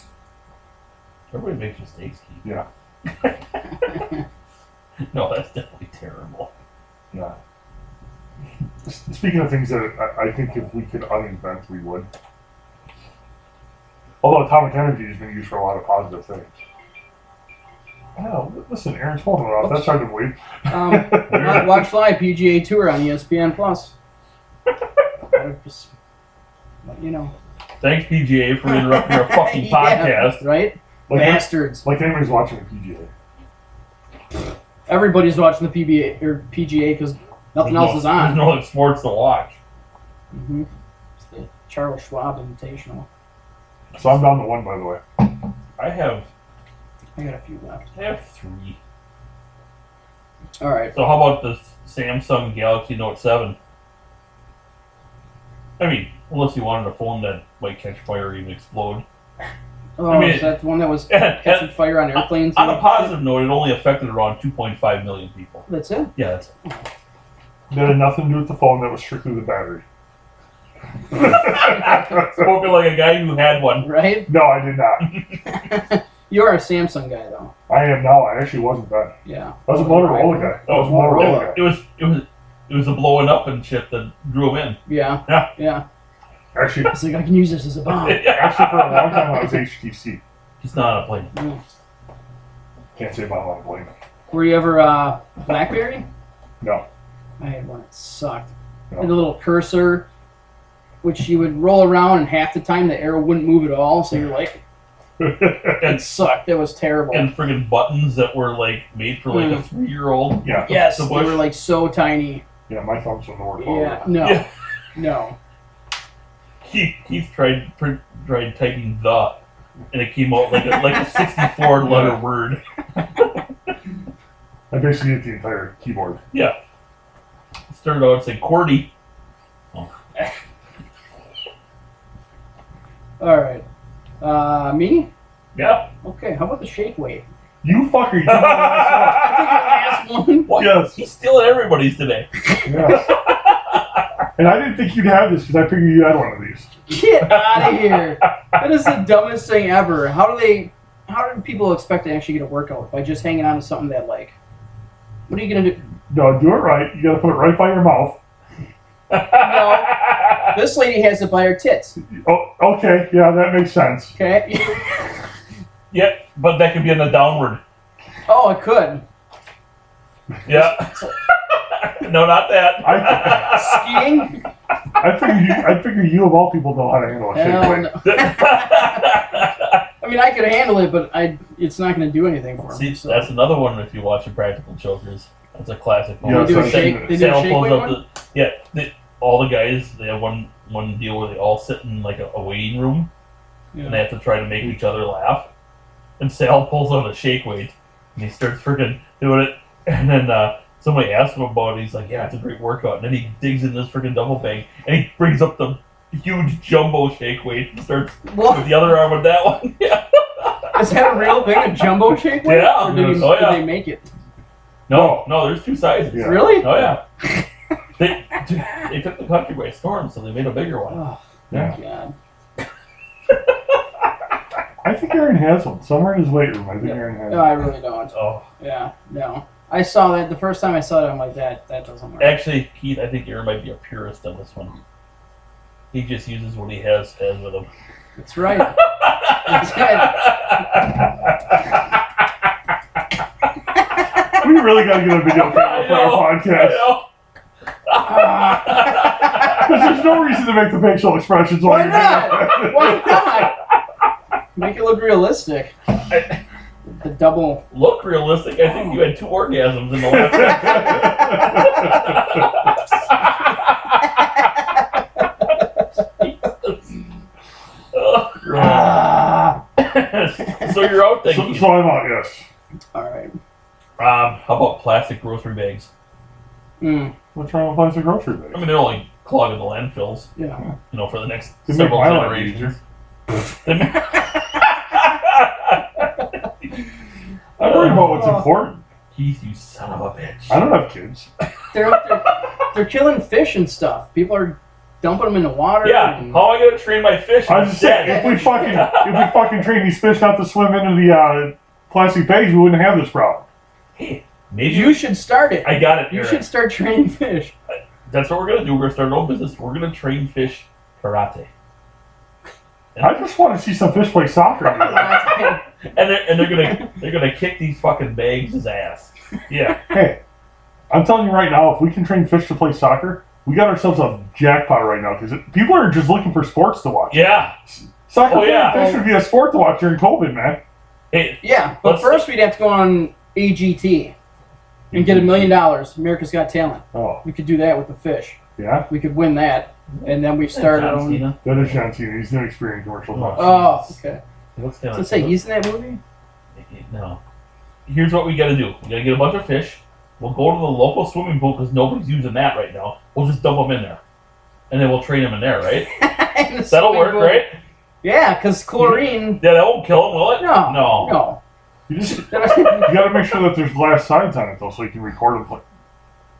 B: everybody makes mistakes, Keith.
C: Yeah.
B: <laughs> No, that's definitely terrible.
C: Yeah. Speaking of things that I, I think if we could uninvent, we would. Although atomic energy has been used for a lot of positive things. Yeah, li- listen, Aaron's holding it off. That's hard to believe. <laughs>
D: um, wa-
B: <laughs>
D: watch live PGA Tour on E ESPN Plus. I just let you know.
B: Thanks, PGA, for interrupting our fucking
D: <laughs> Yeah,
B: podcast.
D: right?
C: Like,
D: Bastards.
C: like anybody's watching the PGA.
D: Everybody's watching the PBA or PGA because nothing
B: There's
D: else
B: no-
D: is on.
B: There's no other sports to watch.
D: hmm
B: Mm-hmm.
D: It's the Charles Schwab Invitational.
C: So I'm down to one, by the way.
B: I have
D: I got a few left.
B: I have three.
D: All right.
B: So how about the Samsung Galaxy Note Seven? I mean, unless you wanted a phone that might catch fire or even explode.
D: Oh,
B: I mean-
D: is that the one that
B: <laughs>
D: was catching
B: on
D: fire on airplanes?
B: a positive note, it only affected around 2.5 million people.
D: That's it.
B: Yeah, that's
C: That had nothing to do with the phone. That was strictly the battery. <laughs>
B: spoken like a guy who had one.
D: Right?
C: No, I did not.
D: You are a Samsung guy, though.
C: I am now. I actually wasn't that.
D: Yeah.
C: I was a Motorola guy. I was a Motorola guy.
B: It was it was it was the blowing up and shit that drew him in.
D: Yeah.
B: Yeah.
D: Yeah.
C: Actually,
D: It's like, I can use this as a
B: <laughs>
D: bomb.
C: actually, for a long time, I was HTC.
B: It's not on a plane.
D: Mm.
C: Can't say about how I blame
D: Were you ever uh, BlackBerry?
C: No.
D: I had one. It sucked.
C: No.
D: It had a little cursor, which you would roll around, and half the time the arrow wouldn't move at all. So you're like,
C: it.
D: it sucked. It was terrible.
B: And friggin' buttons that were like made for like a
D: Mm.
B: three year old.
C: yeah.
D: yes,
B: the
D: they
B: bush. Oh,
D: were like so tiny.
C: <laughs> Yeah, my thumbs don't work. all
D: Yeah,
C: the
D: no,
B: Yeah.
D: no.
B: Keith Keith tried pr- tried typing the, and it came out like a, like a sixty
C: <laughs>
B: four letter word.
C: I basically hit the entire keyboard.
B: It started out saying Cordy.
D: All right, uh, me.
B: Yeah.
D: Okay, how about the shake
B: <laughs>
D: weight?
C: You fucker! You yeah.
D: <laughs> Last one.
B: What?
C: Yes.
B: He's stealing everybody's today.
C: And I didn't think you'd have this because I figured you had one of these.
D: Get out of here. That is the dumbest thing ever. How do they? How do people expect to actually get a workout by just hanging on to something they like? What are you gonna do?
C: No, do it right. You got to put it right by your mouth.
D: This lady has it by her tits.
C: Oh, okay. Yeah, that makes sense.
D: Okay.
B: Yeah, but that could be on the downward.
D: oh, it could.
B: Yeah. <laughs> no, not that.
C: <laughs>
B: <laughs>
D: Skiing?
C: I figured you, I figured you of all people know how to handle a shake
D: Hell
C: weight.
D: no. I mean, I could handle it, but I it's not going to do anything for me.
B: See,
D: so.
B: that's another one if you watch Impractical Jokers. That's a classic one.
C: Yeah,
D: they do a
C: so-
D: shake. They do a
B: Sal
D: shake
B: pulls
D: weight
B: up
D: one.
B: the yeah. They, all the guys they have one one deal where they all sit in like a, a waiting room and they
D: Yeah.
B: have to try to make each other laugh. And Sal pulls out a shake weight and he starts freaking doing it. <laughs> And then uh, somebody asks him about it. He's like, "Yeah, it's a great workout." And then he digs in this freaking double bag and he brings up the huge jumbo shake weight and starts with
D: Well,
B: the other arm with that <laughs> one. yeah.
D: is that a real thing? A jumbo shake weight?
B: Yeah.
D: Or did, he,
B: Oh, yeah.
D: did they make it?
B: No, no, there's two sizes.
C: Yeah.
D: Really?
B: Oh yeah. they, they took the country by storm, so they made a bigger one.
D: Oh,
C: Yeah.
D: God.
C: I think Aaron has one somewhere in his weight room. I think
D: Yeah.
C: Aaron has.
D: No, I really don't.
B: Oh,
D: Yeah, no. I saw that the first time I saw it. I'm like, that that doesn't work.
B: actually, Keith, I think Aaron might be a purist on this one. He just uses what he has as with him.
C: <laughs>
D: That's right. That's right.
B: <laughs>
C: We really got to get a video camera for our
B: I
C: podcast
B: know.
D: Ah,
C: because there's no reason to make the facial expressions while
D: why
C: you're doing
D: not? Why not? Make it look realistic. The double.
B: Look realistic. I think you had two orgasms in the last.
D: Ah.
C: <laughs>
B: so you're out
C: it.
B: there.
C: so,
B: Keith.
C: so I'm out. Yes.
D: All right.
B: Um, how about plastic grocery bags?
D: Mm,
C: What's wrong with plastic grocery
B: I
C: bag?
B: mean, they're only clogging the landfills,
D: yeah.
B: you know, for the next
C: They make
B: several
C: my life
B: generations.
C: easier. I worry about what's important.
B: Keith, you son of a bitch.
C: I don't have kids.
D: They're up there, they're killing fish and stuff. People are dumping them in the water.
B: Yeah,
D: and-
B: how am I gonna train my fish?
C: I was just saying, if we fucking if we fucking train these fish not to swim into the uh, plastic bags, we wouldn't have this problem.
B: Hey, maybe
D: you should start it.
B: I got it.
D: you
B: Eric.
D: should start training <laughs> fish.
B: That's what we're gonna do. We're gonna start our own business. We're gonna train fish karate,
C: I just want to see some fish play soccer.
B: <laughs> and they're, and
D: <laughs>
B: they're gonna they're gonna kick these fucking bags' ass. Yeah,
C: hey, I'm telling you right now, if we can train fish to play soccer, we got ourselves a jackpot right now because people are just looking for sports to watch.
B: yeah.
C: Soccer
B: Oh, yeah.
C: playing fish would be a sport to watch during COVID, man.
B: Hey,
D: yeah, but
B: Let's-
D: first we'd have to go on AGT and get a million dollars. America's Got Talent.
C: Oh
D: We could do that with the fish.
C: yeah,
D: We could win that, and then we start our
B: John
D: own.
B: Cena.
C: that is John Cena. He's doing experience commercials. now.
D: Oh, okay.
B: What's down?
D: So say he's in that movie.
B: No. Here's what we gotta do. We gotta get a bunch of fish. We'll go to the local swimming pool because nobody's using that right now. We'll just dump them in there, and then we'll train them in there,
D: <laughs>
B: right?
D: In the
B: That'll
D: swimming
B: work,
D: pool.
B: right?
D: Yeah, because chlorine.
B: Yeah, that won't kill them, will it?
D: No,
B: No.
D: no.
C: You just you got to make sure that there's glass sides on it though, so you can record them play,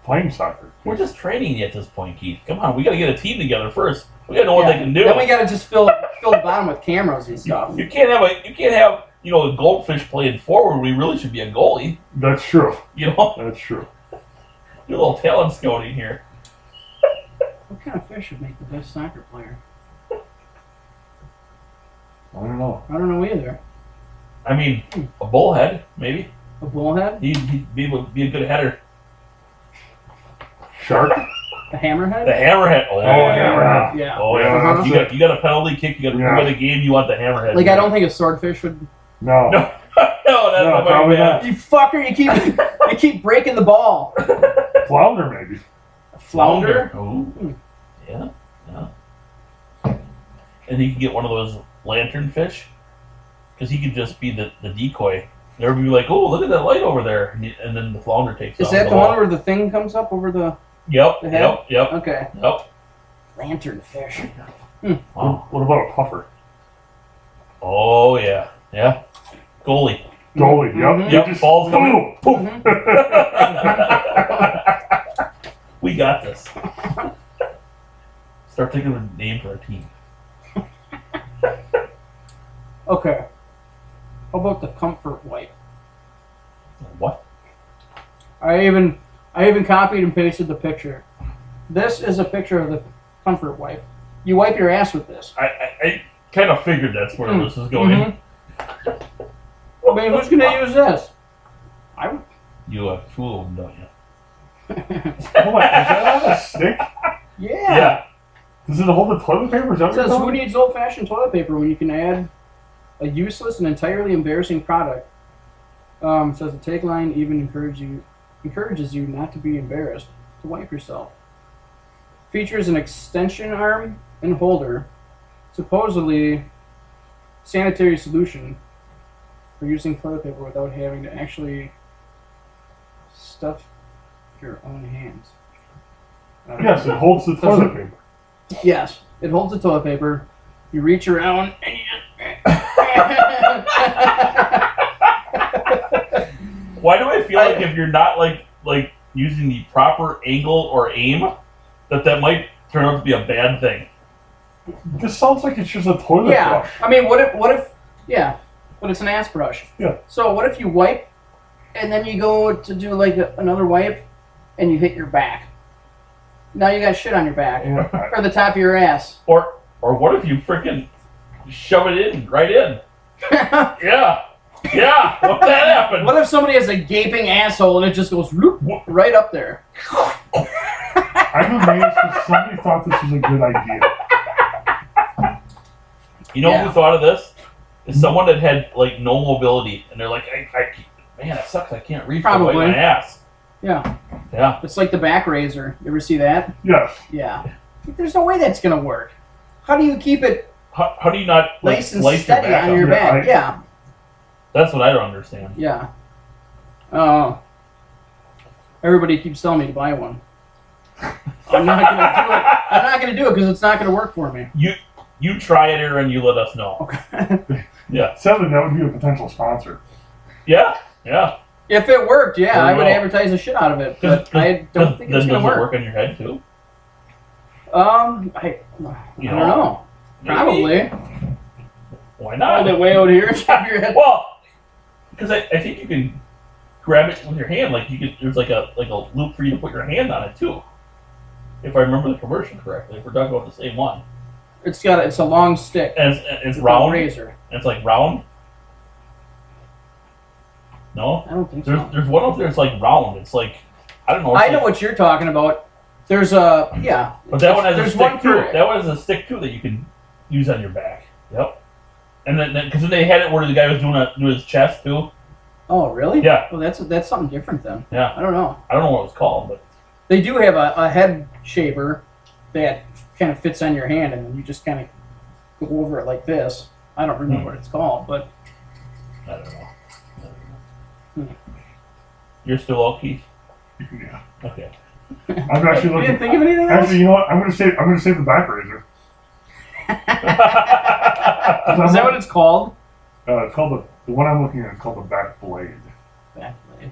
C: playing soccer.
B: We're just training at this point, Keith. Come on, we gotta get a team together first. We gotta know what
D: Yeah.
B: they can do.
D: Then we gotta just fill fill the bottom with cameras and stuff.
B: you can't have a you can't have you know a goldfish playing forward. We really should be a goalie. <laughs>
C: That's true.
B: You know,
C: That's true.
B: do a little talent scouting here.
D: What kind of fish would make the best soccer player?
C: I don't know.
D: I don't know either.
B: I mean, a bullhead maybe.
D: A bullhead,
B: He'd, he'd be able to be a good header.
C: Shark.
D: a
B: The
D: hammerhead.
B: hammerhead. Oh,
D: yeah.
C: hammerhead. yeah.
B: Oh yeah.
C: Yeah,
B: You got you got a penalty kick. You got to
C: Yeah.
B: play the game. You want the hammerhead.
D: Like I don't think a swordfish would.
C: No.
B: <laughs> No. no, that's
C: No,
B: not
C: probably
B: my bad.
D: You fucker! You keep you keep breaking the ball.
C: Flounder maybe.
D: Flounder?
B: Ooh. Oh. Yeah. Yeah. And he could get one of those lantern fish. Because he could just be the, the decoy. And everybody would be like, oh, look at that light over there. And, y- and then the flounder takes
D: Is
B: off
D: that the
B: wall.
D: one Uh-huh. where the thing comes up over the?
B: Yep,
D: the head?
B: yep, yep,
D: Okay.
B: yep.
D: Lantern fish.
B: Wow.
C: What about a puffer?
B: Oh, yeah. Yeah. Goalie. <laughs>
C: Goalie,
D: Mhm.
C: yep.
B: Mm-hmm. Yep, ball's coming.
C: Boom! Boom!
D: Mhm.
C: <laughs>
B: we got this. Start thinking of a name for our team.
D: Okay. How about the comfort wipe?
B: What?
D: I even I even copied and pasted the picture. This is a picture of the comfort wipe. You wipe your ass with this.
B: I, I, I kind of figured that's where
D: Mm.
B: this is going.
D: Mhm. I mean, who's gonna use this? I would.
B: You a fool, don't you?
C: Oh my, is that on a stick?
D: Yeah.
B: Yeah.
C: Does it hold the toilet paper? Is that
D: It
C: what you're
D: says, who
C: talking
D: needs old-fashioned toilet paper when you can add a useless and entirely embarrassing product? Um, says the tagline even encourage you, encourages you not to be embarrassed to wipe yourself. Features an extension arm and holder, supposedly sanitary solution for using toilet paper without having to actually stuff your own hands. Uh,
C: Yes, it holds the toilet paper.
D: Yes, it holds the toilet paper. You reach
C: <laughs>
D: around and you just.
B: Why do I feel
D: I-
B: like if you're not like like using the proper angle or aim, that that might turn out to be a bad thing?
C: This sounds like it's just a toilet
D: yeah,
C: brush.
D: I mean, what if? What if? Yeah, but it's an ass brush.
C: Yeah.
D: So what if you wipe, and then you go to do like a, another wipe, and you hit your back. Now you got shit on your back
C: Yeah.
D: or the top of your ass.
B: Or or what if you freaking shove it in
D: <laughs>
B: right in?
D: what
B: Yeah, yeah. What that happened?
D: if somebody has a gaping asshole and it just goes
B: Wha-
D: right up there?
C: I'm amazed that somebody thought this was a good idea.
B: You know
D: Yeah.
B: who thought of this? Is someone that had like no mobility, and they're like, I, I can't- man, it sucks. I can't reach the way
D: Probably.
B: my ass.
D: Yeah,
B: Yeah.
D: it's like the back razor. You ever see that?
C: Yes.
D: Yeah. There's no way that's gonna work. How do you keep it
B: How, how do you not like
D: nice and
B: slice
D: steady
B: your back
D: on
B: up?
D: your
C: Yeah,
D: back?
C: I-
D: Yeah,
B: That's what I don't understand.
D: yeah. Uh, everybody keeps telling me to buy one. I'm not gonna do it. I'm not gonna do it because it's not gonna work for me.
B: You you try it, Aaron. You let us know.
D: Okay.
C: Seven, that would be a potential sponsor.
B: Yeah, yeah.
D: if it worked, yeah,
B: Very
D: I would
B: well.
D: advertise the shit out of it.
B: Does-
D: But I don't
B: does-
D: think
B: does-
D: it's gonna
B: does it
D: work.
B: work on your head too?
D: Um, I, I
B: You
D: don't
B: know?
D: know. Probably.
B: Why
D: Oh,
B: not?
D: that way out here. <laughs> shove your head-
B: Well, because I, I think you can grab it with your hand. Like you could, there's like a like a loop for you to put your hand on it too. If I remember the commercial correctly, if we're talking about the same one,
D: It's got. A, it's a long stick.
B: and it's, it's
D: It's a
B: round.
D: razor.
B: And it's like round. No,
D: I don't think so.
B: there's there's one up there. It's like round. It's like I don't know. it's
D: I know
B: like-
D: what you're talking about. There's a yeah.
B: But that one has
D: there's
B: a stick
D: one
B: too.
D: for-
B: That one has a stick too that you can use on your back. Yep. And then because then they had it where the guy was doing a, doing his chest too.
D: Oh really?
B: Yeah.
D: Well, that's that's something different then.
B: Yeah.
D: I don't know.
B: I don't know what it was called, but
D: They do have a, a head shaver that kind of fits on your hand, and then you just kind of go over it like this. I don't remember
B: Hmm.
D: what it's called, but
B: I don't know. I don't know. You're still all Keith.
C: Yeah.
B: Okay.
C: I'm actually
D: you didn't
C: looking.
D: think of anything else.
C: Actually, you know what? I'm gonna save. I'm gonna save the back razor.
D: Is that what it's called?
C: Uh, it's called the the one I'm looking at is called the back blade.
D: Exactly.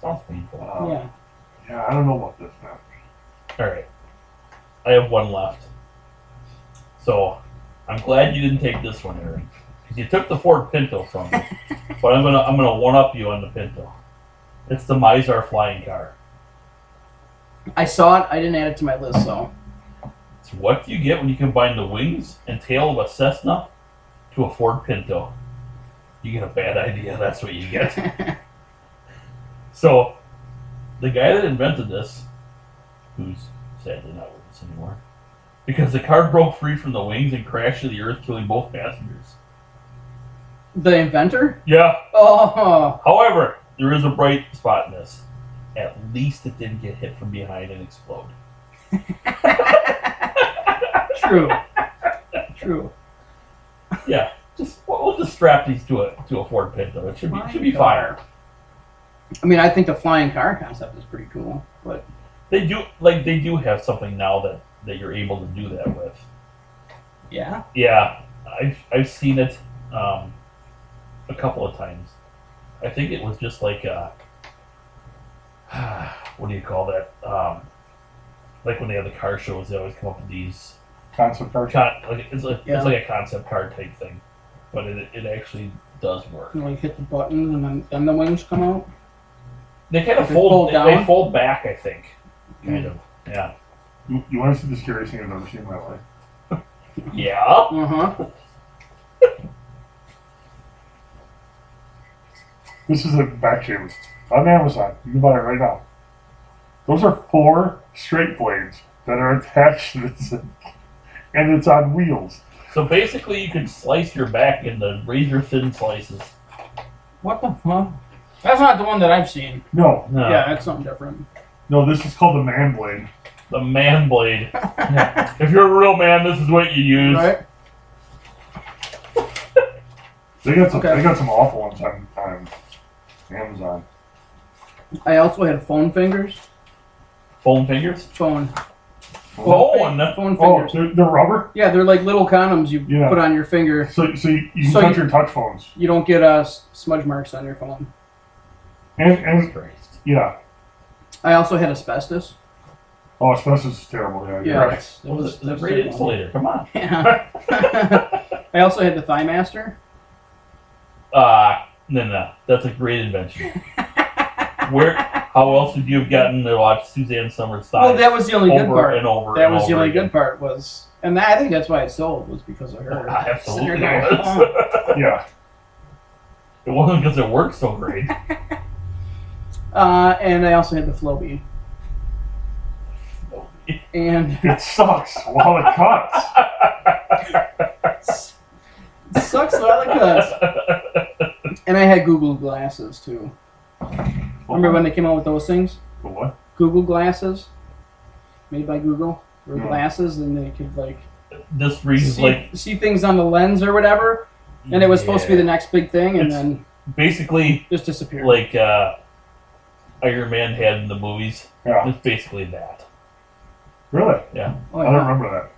B: Sounds painful.
C: Uh,
D: Yeah.
C: yeah, I don't know about this now.
B: All right. I have one left. So I'm glad you didn't take this one, Aaron, because you took the Ford Pinto from me. but I'm gonna I'm gonna one up you on the Pinto. It's the Mizar flying car.
D: I saw it. I didn't add it to my list, so
B: It's what you get when you combine the wings and tail of a Cessna to a Ford Pinto. You get a bad idea. That's what you get. So, the guy that invented this, who's sadly not with us anymore, because the car broke free from the wings and crashed to the earth, killing both passengers.
D: the inventor.
B: Yeah.
D: Oh,
B: However, there is a bright spot in this. at least it didn't get hit from behind and explode.
D: <laughs> True. True.
B: Yeah, just we'll, we'll just strap these to a to a Ford Pinto. It should be should be
D: My
B: fire.
D: I mean, I think the flying car concept is pretty cool, but
B: They do like they do have something now that that you're able to do that with.
D: yeah,
B: Yeah, I've I've seen it um, a couple of times. I think it was just like uh, <sighs> what do you call that? Um, like when they have the car shows, they always come up with these
C: Concept car.
B: con- like it's like
D: Yeah.
B: it's like a concept car type thing, but it it actually does work.
D: you know, like hit the buttons and then, then the wings come out.
B: They kind of
D: Does it
B: fold.
D: fold
B: they, they
D: down? Hmm.
B: fold back, I think. Kind of. Yeah.
C: You, you want to see the scariest thing I've ever seen in my life?
B: Yeah.
D: Uh huh.
C: This is a back chambers on Amazon. You can buy it right now. Those are four straight blades that are attached to this, thing, and it's on wheels.
B: So basically, you can slice your back into razor thin slices.
D: What the fuck? That's not the one that I've seen.
C: No,
B: No.
D: yeah, that's something different.
C: no, this is called the man blade.
B: The
D: <laughs>
B: man blade. Yeah. If you're a real man, this is what you use.
D: Right?
C: They got some.
D: Okay.
C: They got some awful ones on, on Amazon.
D: I also had phone fingers.
B: Foam fingers.
D: Phone.
B: Phone.
D: Phone
C: Oh,
D: fingers.
C: they're, they're rubber.
D: Yeah, they're like little condoms you
C: Yeah.
D: put on your finger.
C: So, so you, you can
D: So
C: touch
D: you-
C: your touch phones.
D: You don't get uh, s- smudge marks on your phone.
C: And and
B: Christ.
C: yeah.
D: I also had asbestos. <laughs>
C: Oh, asbestos is terrible. Yeah. you're
D: Yeah,
C: Right.
D: that's- that
B: What was
D: was-
B: it?
D: that
B: The
D: was
B: braid
D: terrible.
B: insulator. Come on.
D: Yeah. I also had the Thigh Master.
B: Uh, no, no. That's a great
D: <laughs>
B: invention. Where? How else would you have gotten to watch Suzanne Summers' thighs
D: Well, that was the only
B: over
D: good part.
B: and over?
D: That
B: and
D: was the
B: over
D: only
B: again?
D: good part was, and I think that's why it sold was because of <laughs>
B: <laughs>
D: her.
B: Ah, absolutely.
D: Sitting there
B: it
D: going, <laughs> "Oh."
B: was.
C: Yeah.
B: It wasn't because it worked so great.
D: Uh, and I also had the Floby, and
C: It sucks while it cuts.
D: it sucks while it cuts.
B: <laughs>
D: And I had Google glasses too. <laughs> Remember
B: Uh-huh.
D: when they came out with those things?
C: The what?
D: Google glasses, made by Google, were
C: Yeah.
D: glasses, and they could like
B: this reads
D: see,
B: like,
D: see things on the lens or whatever. And it was supposed to be the
B: Yeah.
D: next big thing, and
B: It's-
D: then
B: basically
D: just disappeared.
B: like uh, Iron Man had in the movies.
C: Yeah.
B: It's basically that.
C: Really?
D: Oh,
C: I
D: yeah.
C: don't remember that.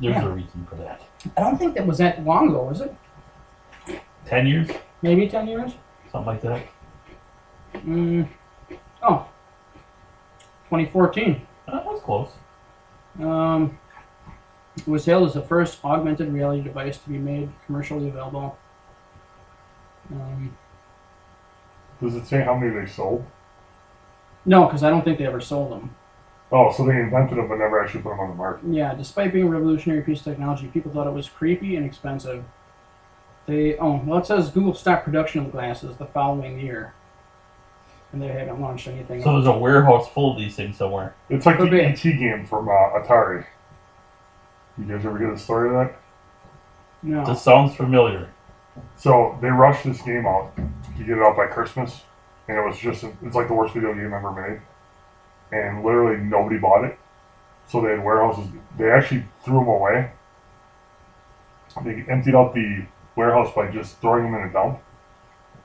B: There's
D: Yeah.
B: a reason for that.
D: I don't think that was that long ago, was it?
B: Ten years,
D: Maybe ten years.
B: something like that.
D: Mm. Oh. 2014.
B: That was Uh, close.
D: Um, it was hailed as the first augmented reality device to be made commercially available. Um,
C: Does it say how many they sold?
D: no, because I don't think they ever sold them.
C: Oh, so they invented them but never actually put them on the market.
D: Yeah, despite being a revolutionary piece of technology, people thought it was creepy and expensive. They oh well, it says Google stopped production of glasses the following year, and they haven't launched anything.
B: So there's a warehouse full of these things somewhere.
C: It's like
D: Could
C: the
D: be.
C: ET game from uh, Atari. You guys ever get the story of that?
D: no.
B: This sounds familiar.
C: So they rushed this game out to get it out by Christmas, and it was just it's like the worst video game ever made, and literally nobody bought it. So they had warehouses. They actually threw them away. They emptied out the warehouse by just throwing them in a dump.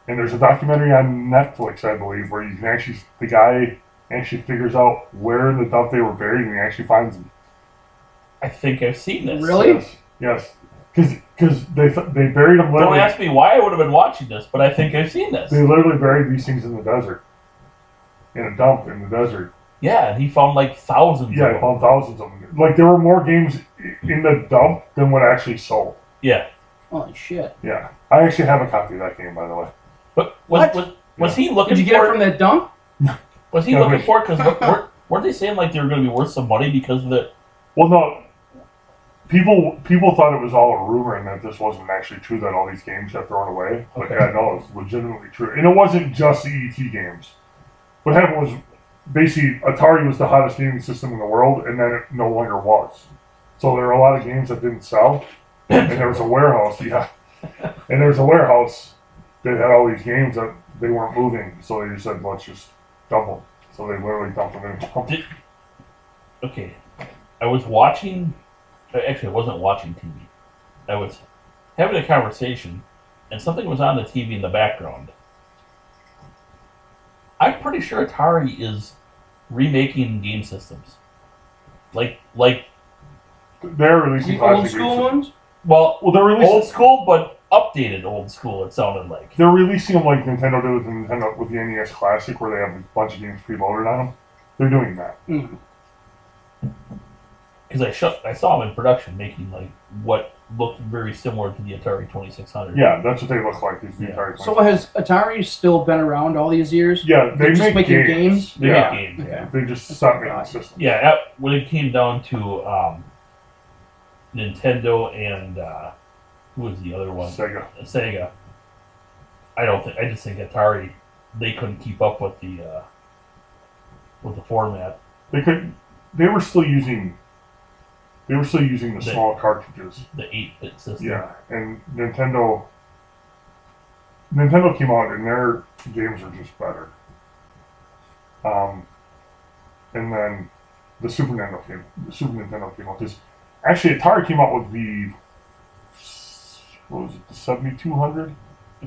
C: And there's a documentary on Netflix, I believe, where you can actually the guy actually figures out where in the dump they were buried, and he actually finds them.
B: I think I've seen this.
D: Really?
C: Yes. Yes. Because they they buried them
B: Don't
C: literally.
B: ask me why I would have been watching this, but I think I've seen this.
C: They literally buried these things in the desert, in a dump in the desert.
B: Yeah, and he found like thousands
C: Yeah, I
B: of them.
C: found thousands of them. Like there were more games i- in the dump than what actually sold.
B: Yeah.
D: Holy shit!
C: Yeah, I actually have a copy of that game, by the way.
B: But was,
D: What?
B: was, was he looking
D: Did you get
B: for
D: it from that dump?
B: Was he
C: Yeah,
B: looking
C: but-
B: for
D: <laughs>
B: it? Because weren't, weren't they saying like they were going to be worth some money because of the?
C: Well, no, people people thought it was all a rumor and that this wasn't actually true that all these games got thrown away. But
B: Okay.
C: yeah, no, it's legitimately true, and it wasn't just the ET games. What happened was basically Atari was the hottest gaming system in the world, and then it no longer was. So there were a lot of games that didn't sell, and there was a warehouse. Yeah, and there was a warehouse that had all these games that they weren't moving, so they just said let's just doubled. So they literally doubled it.
B: Did- okay, I was watching. uh, Actually, I wasn't watching TV. I was having a conversation, and something was on the TV in the background. I'm pretty sure Atari is remaking game systems, like like
C: They're releasing
D: The
C: classic
D: old school
C: games.
D: ones?
B: well,
C: Well, they're releasing
B: old school but updated old school. It sounded like
C: they're releasing them like Nintendo did with the Nintendo with the NES Classic, where they have a bunch of games preloaded on them. They're doing that.
D: Mm.
B: because I shut I saw them in production making like what looked very similar to the Atari 2600.
C: Yeah, that's what they look like. Is the
B: Yeah.
C: entire thing.
D: So has Atari still been around all these years?
C: yeah, they
D: They're just
C: make
D: making
C: games.
D: games?
B: they
C: yeah,
B: make games.
D: Okay.
C: they just stop making the system.
B: Yeah, at, when it came down to um, Nintendo and uh, who was the other one?
C: Sega.
B: Sega. I don't think. I just think Atari they couldn't keep up with the uh, with the format.
C: They could. They were still using. They were still using the
B: They-
C: small cartridges.
B: The eight bit system.
C: Yeah, and Nintendo. Nintendo came out and their games are just better. Um, and then the Super Nintendo came. The Super Nintendo came out. This actually Atari came out with the. What was it? The seventy two hundred.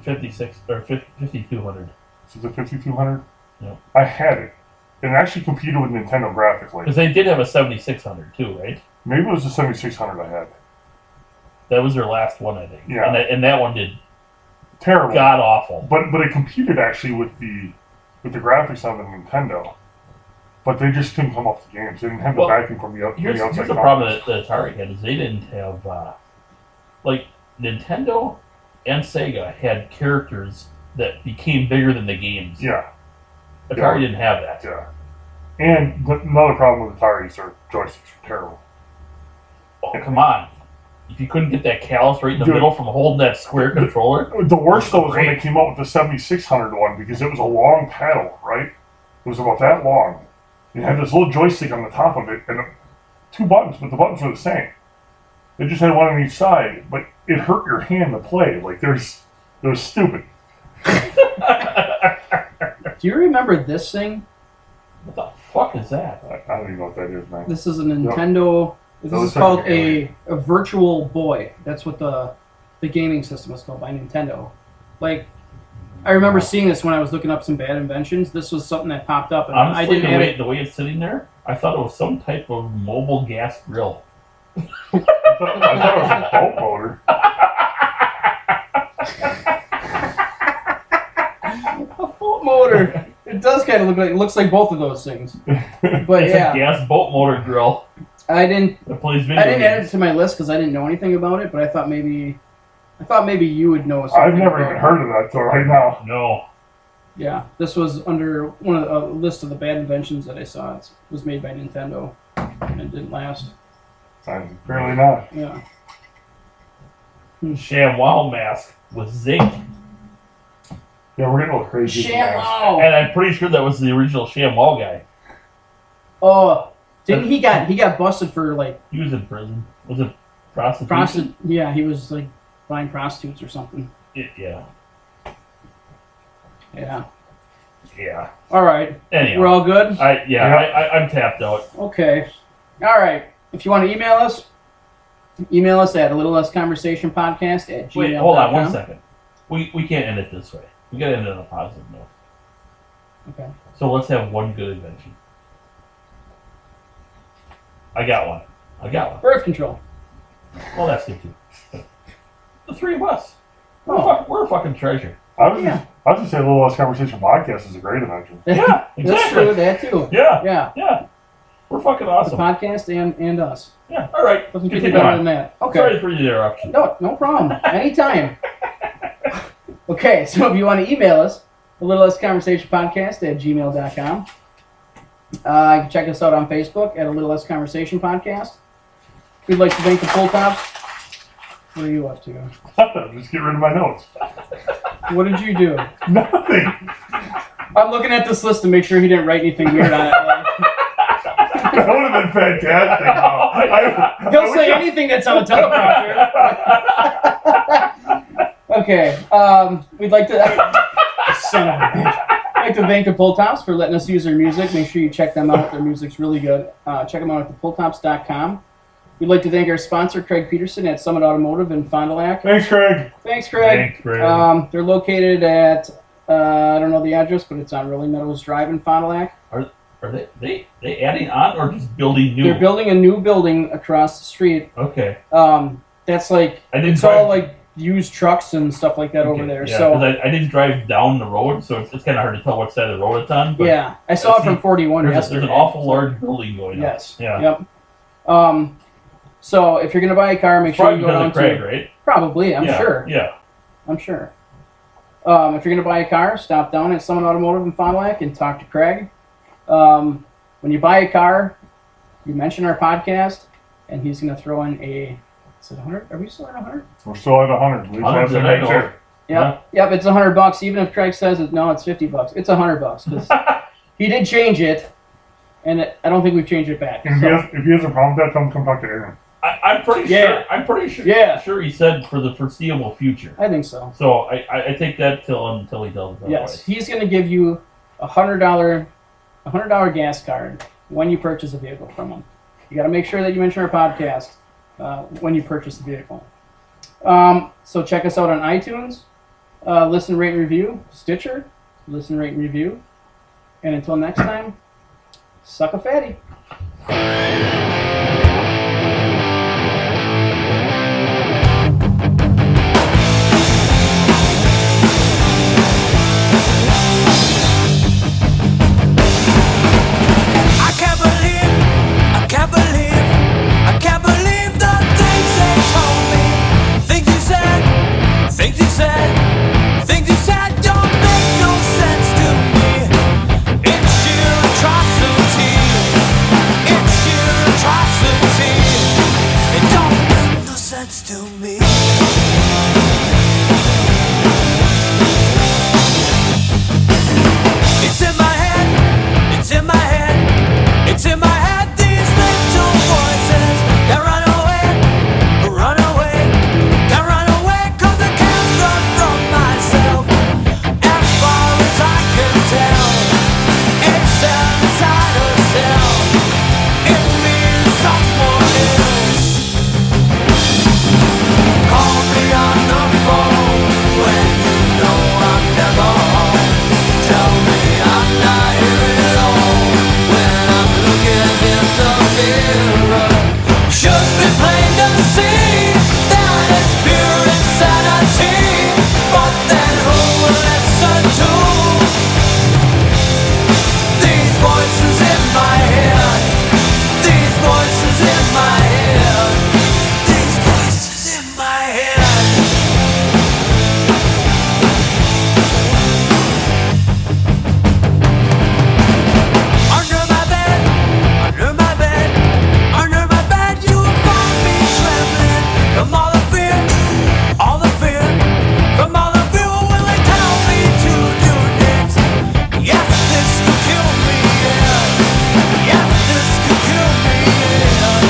B: Fifty six or fifty two hundred.
C: Is it the fifty two hundred?
B: Yeah.
C: I had it. And it actually competed with Nintendo graphically.
B: Because they did have a seventy six hundred too, right?
C: Maybe it was the seventy six hundred I had.
B: That was their last one, I think.
C: Yeah.
B: And that, and that one did
C: Terrible.
B: god awful.
C: But but it competed actually with the with the graphics on the Nintendo. But they just couldn't come up with the games. They didn't have the
B: Well,
C: backing from the, out- from
B: Here's,
C: the outside.
B: here's the
C: companies.
B: problem that, that Atari had is they didn't have uh, like Nintendo and Sega had characters that became bigger than the games.
C: Yeah,
B: Atari didn't have that.
C: yeah. And th- another problem with Atari is their joysticks were terrible.
B: Oh come on! If you couldn't get that callus right in the
C: Dude.
B: middle from holding that square controller,
C: The worst though was when they
B: Great.
C: came out with the 7600 one because it was a long paddle, right? It was about that long. It had this little joystick on the top of it and uh, two buttons, but the buttons were the same. They just had one on each side, but it hurt your hand to play. Like there's, it was stupid.
D: Do you remember this thing?
B: what the fuck is that?
C: I, I don't even know what that is, man. <laughs>
D: This is a Nintendo. This
C: Those
D: is called
C: are
D: a,
C: alien.
D: a Virtual Boy. That's what the the gaming system is called by Nintendo. Like, I remember seeing this when I was looking up some bad inventions. This was something that popped up, and I
B: Honestly,
D: didn't
B: the
D: have
B: way,
D: it.
B: the way it's sitting there, I thought it was some type of mobile gas grill.
C: I thought, I thought it was a boat motor.
D: A boat
C: <laughs>
D: motor. It does kind of look like it looks like both of those things. But
B: it's a
D: Oh, yeah,
B: gas boat motor grill
D: I didn't
B: that plays video
D: I didn't add it
B: games.
D: to my list because I didn't know anything about it, but I thought maybe, I thought maybe you would know. Something
C: I've never
D: about
C: even
D: it.
C: heard of that till right now.
B: No.
D: Yeah, this was under one of the a list of the bad inventions that I saw. It was made by Nintendo, and it didn't last.
C: I'm Apparently not.
D: Yeah,
B: Sham Wow mask with zinc.
C: Yeah, we're gonna look crazy. if we ask.
D: Shamwow.
B: And I'm pretty sure that was the original ShamWow guy.
D: Oh, didn't he got he got busted for like
B: He was in prison. Was it prostitution?
D: prostitute? Yeah, he was like buying prostitutes or something.
B: It- yeah.
D: Yeah.
B: Yeah.
D: All right, we're
B: Anyhow,
D: all good.
B: I yeah,
C: Yeah.
B: I, I, I'm tapped out.
D: Okay. All right. If you want to email us, email us at a little less conversation podcast at gmail.
B: Wait, hold on one second. We we can't end it this way. We gotta end it on a positive note.
D: Okay.
B: So let's have one good invention. I got one. I got one.
D: Birth control.
B: Well, that's good too. <laughs> The three of us. We're, a
D: Oh.
B: fuck, we're a fucking treasure.
C: I was
D: Yeah.
C: just, I was just saying, little less conversation podcast is a great <laughs> invention.
B: Yeah,
D: <laughs> That's
B: exactly.
D: true, that too.
B: Yeah,
D: Yeah.
B: yeah. We're fucking
D: The
B: awesome.
D: podcast and, and us.
B: Yeah, all right.
D: Doesn't get
B: Continue
D: any better
B: on.
D: than that. Okay.
B: Sorry for the interruption.
D: No, no problem. <laughs> Anytime. okay, so if you want to email us, a little less conversation podcast at gmail.com. Uh, you can check us out on Facebook at a little less conversation podcast. We'd like to thank the Pull Tops. What are you up to?
C: just get rid of my notes. <laughs>
D: What did you do?
C: Nothing.
D: I'm looking at this list to make sure he didn't write anything weird on it.
C: That would have been fantastic.
B: Oh,
C: I,
B: my
C: I
D: He'll
C: wish
D: say
C: I-
D: anything that's on a teleprompter. <laughs> Okay, um, we'd like to. Son of a bitch. like to thank the Pull Tops for letting us use their music. Make sure you check them out. Their music's really good. Uh, check them out at thepulltops.com. We'd like to thank our sponsor, Craig Peterson at Summit Automotive in Fond du Lac.
C: Thanks, Craig.
D: Thanks, Craig.
E: Thanks, Greg.
D: Um, they're located at, uh, I don't know the address, but it's on Rolling Meadows Drive in Fond du Lac.
B: Are they, they they adding on or just building new?
D: They're building a new building across the street.
B: okay,
D: Um, that's like,
B: I didn't.
D: it's
B: drive-
D: all like used trucks and stuff like that over
B: okay,
D: there.
B: yeah,
D: so,
B: 'cause I, I didn't drive down the road, so it's, it's kind of hard to tell what side of the road it's on. But
D: yeah, I saw it
B: There's
D: from 41
B: there's, a-
D: yesterday.
B: there's an awful large building going
D: Yes.
B: on. Yeah,
D: Yep. Um, so if you're gonna buy a car, make
B: It's
D: sure you
B: probably
D: go
B: because
D: down
B: of Craig,
D: to
B: right?
D: probably. I'm
B: yeah,
D: sure.
B: Yeah,
D: I'm sure. Um, if you're gonna buy a car, stop down at Summit Automotive in Fond du Lac and talk to Craig. Um, when you buy a car, you mention our podcast, and he's gonna throw in a. Is it 100? Are we still at 100?
C: We're still at 100. We have
B: Hundreds
C: it
B: and
C: right
B: I know.
C: there.
D: Yep.
B: Huh?
D: Yep. It's 100 bucks. Even if Craig says it, no, it's 50 bucks. It's 100 bucks 'cause he did change it, and it, I don't think we've changed it
C: <laughs>
D: back.
C: And if,
D: so-
C: he has, if he has a problem with that, tell him to come talk to Aaron.
B: I, I'm pretty
D: Yeah.
B: sure. I'm pretty sure.
D: Yeah.
B: sure he said for the foreseeable future.
D: I think so.
B: So I, I, I take that till until he tells us
D: Yes, he's going to give you a hundred dollar, a hundred dollar gas card when you purchase a vehicle from him. You got to make sure that you mention our podcast uh, when you purchase the vehicle. Um, so check us out on iTunes, uh, listen, rate, and review, Stitcher, listen, rate, and review, and until next time, suck a fatty.
F: I can't believe, I can't believe, I can't believe the things they told me. Things you said, things you said, things you said don't make no sense to me. It's sheer atrocity. It's sheer atrocity. It don't make no sense to me. It's in my head, it's in my head. It's in my head, these little voices They run away, run away They run away cause I can't run from myself As far as I can tell It's an insider cell It means someone else Call me on the phone When you know I'm never home Tell me I'm not here at all When I'm looking in the mirror Should be plain to see That it's pure insanity But then who will listen to These voices in my head These voices in my head These voices in my head Under my bed, under my bed, under my bed, oh, you will find me trembling from all the fear, all the fear, from all the fear. Will they tell me to do next? Yes, this could kill me. Yeah. Yes, this could kill me. Yeah.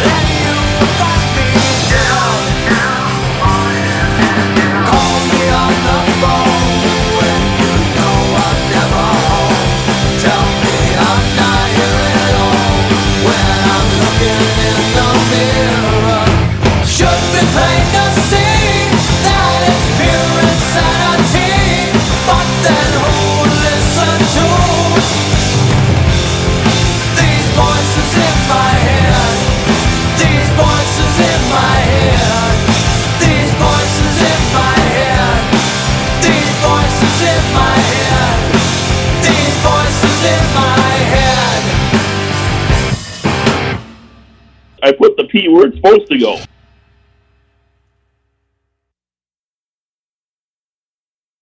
F: Then you will find me down. Call me on the phone when you know I'm never home. Tell me I'm not here at all when I'm looking in the mirror. Should be plain to see that it's pure insanity, but then who would listen to these voices in my head? These voices in my head. These voices in my head. These voices in my head. These voices in my head.
B: I put the P where it's supposed to go.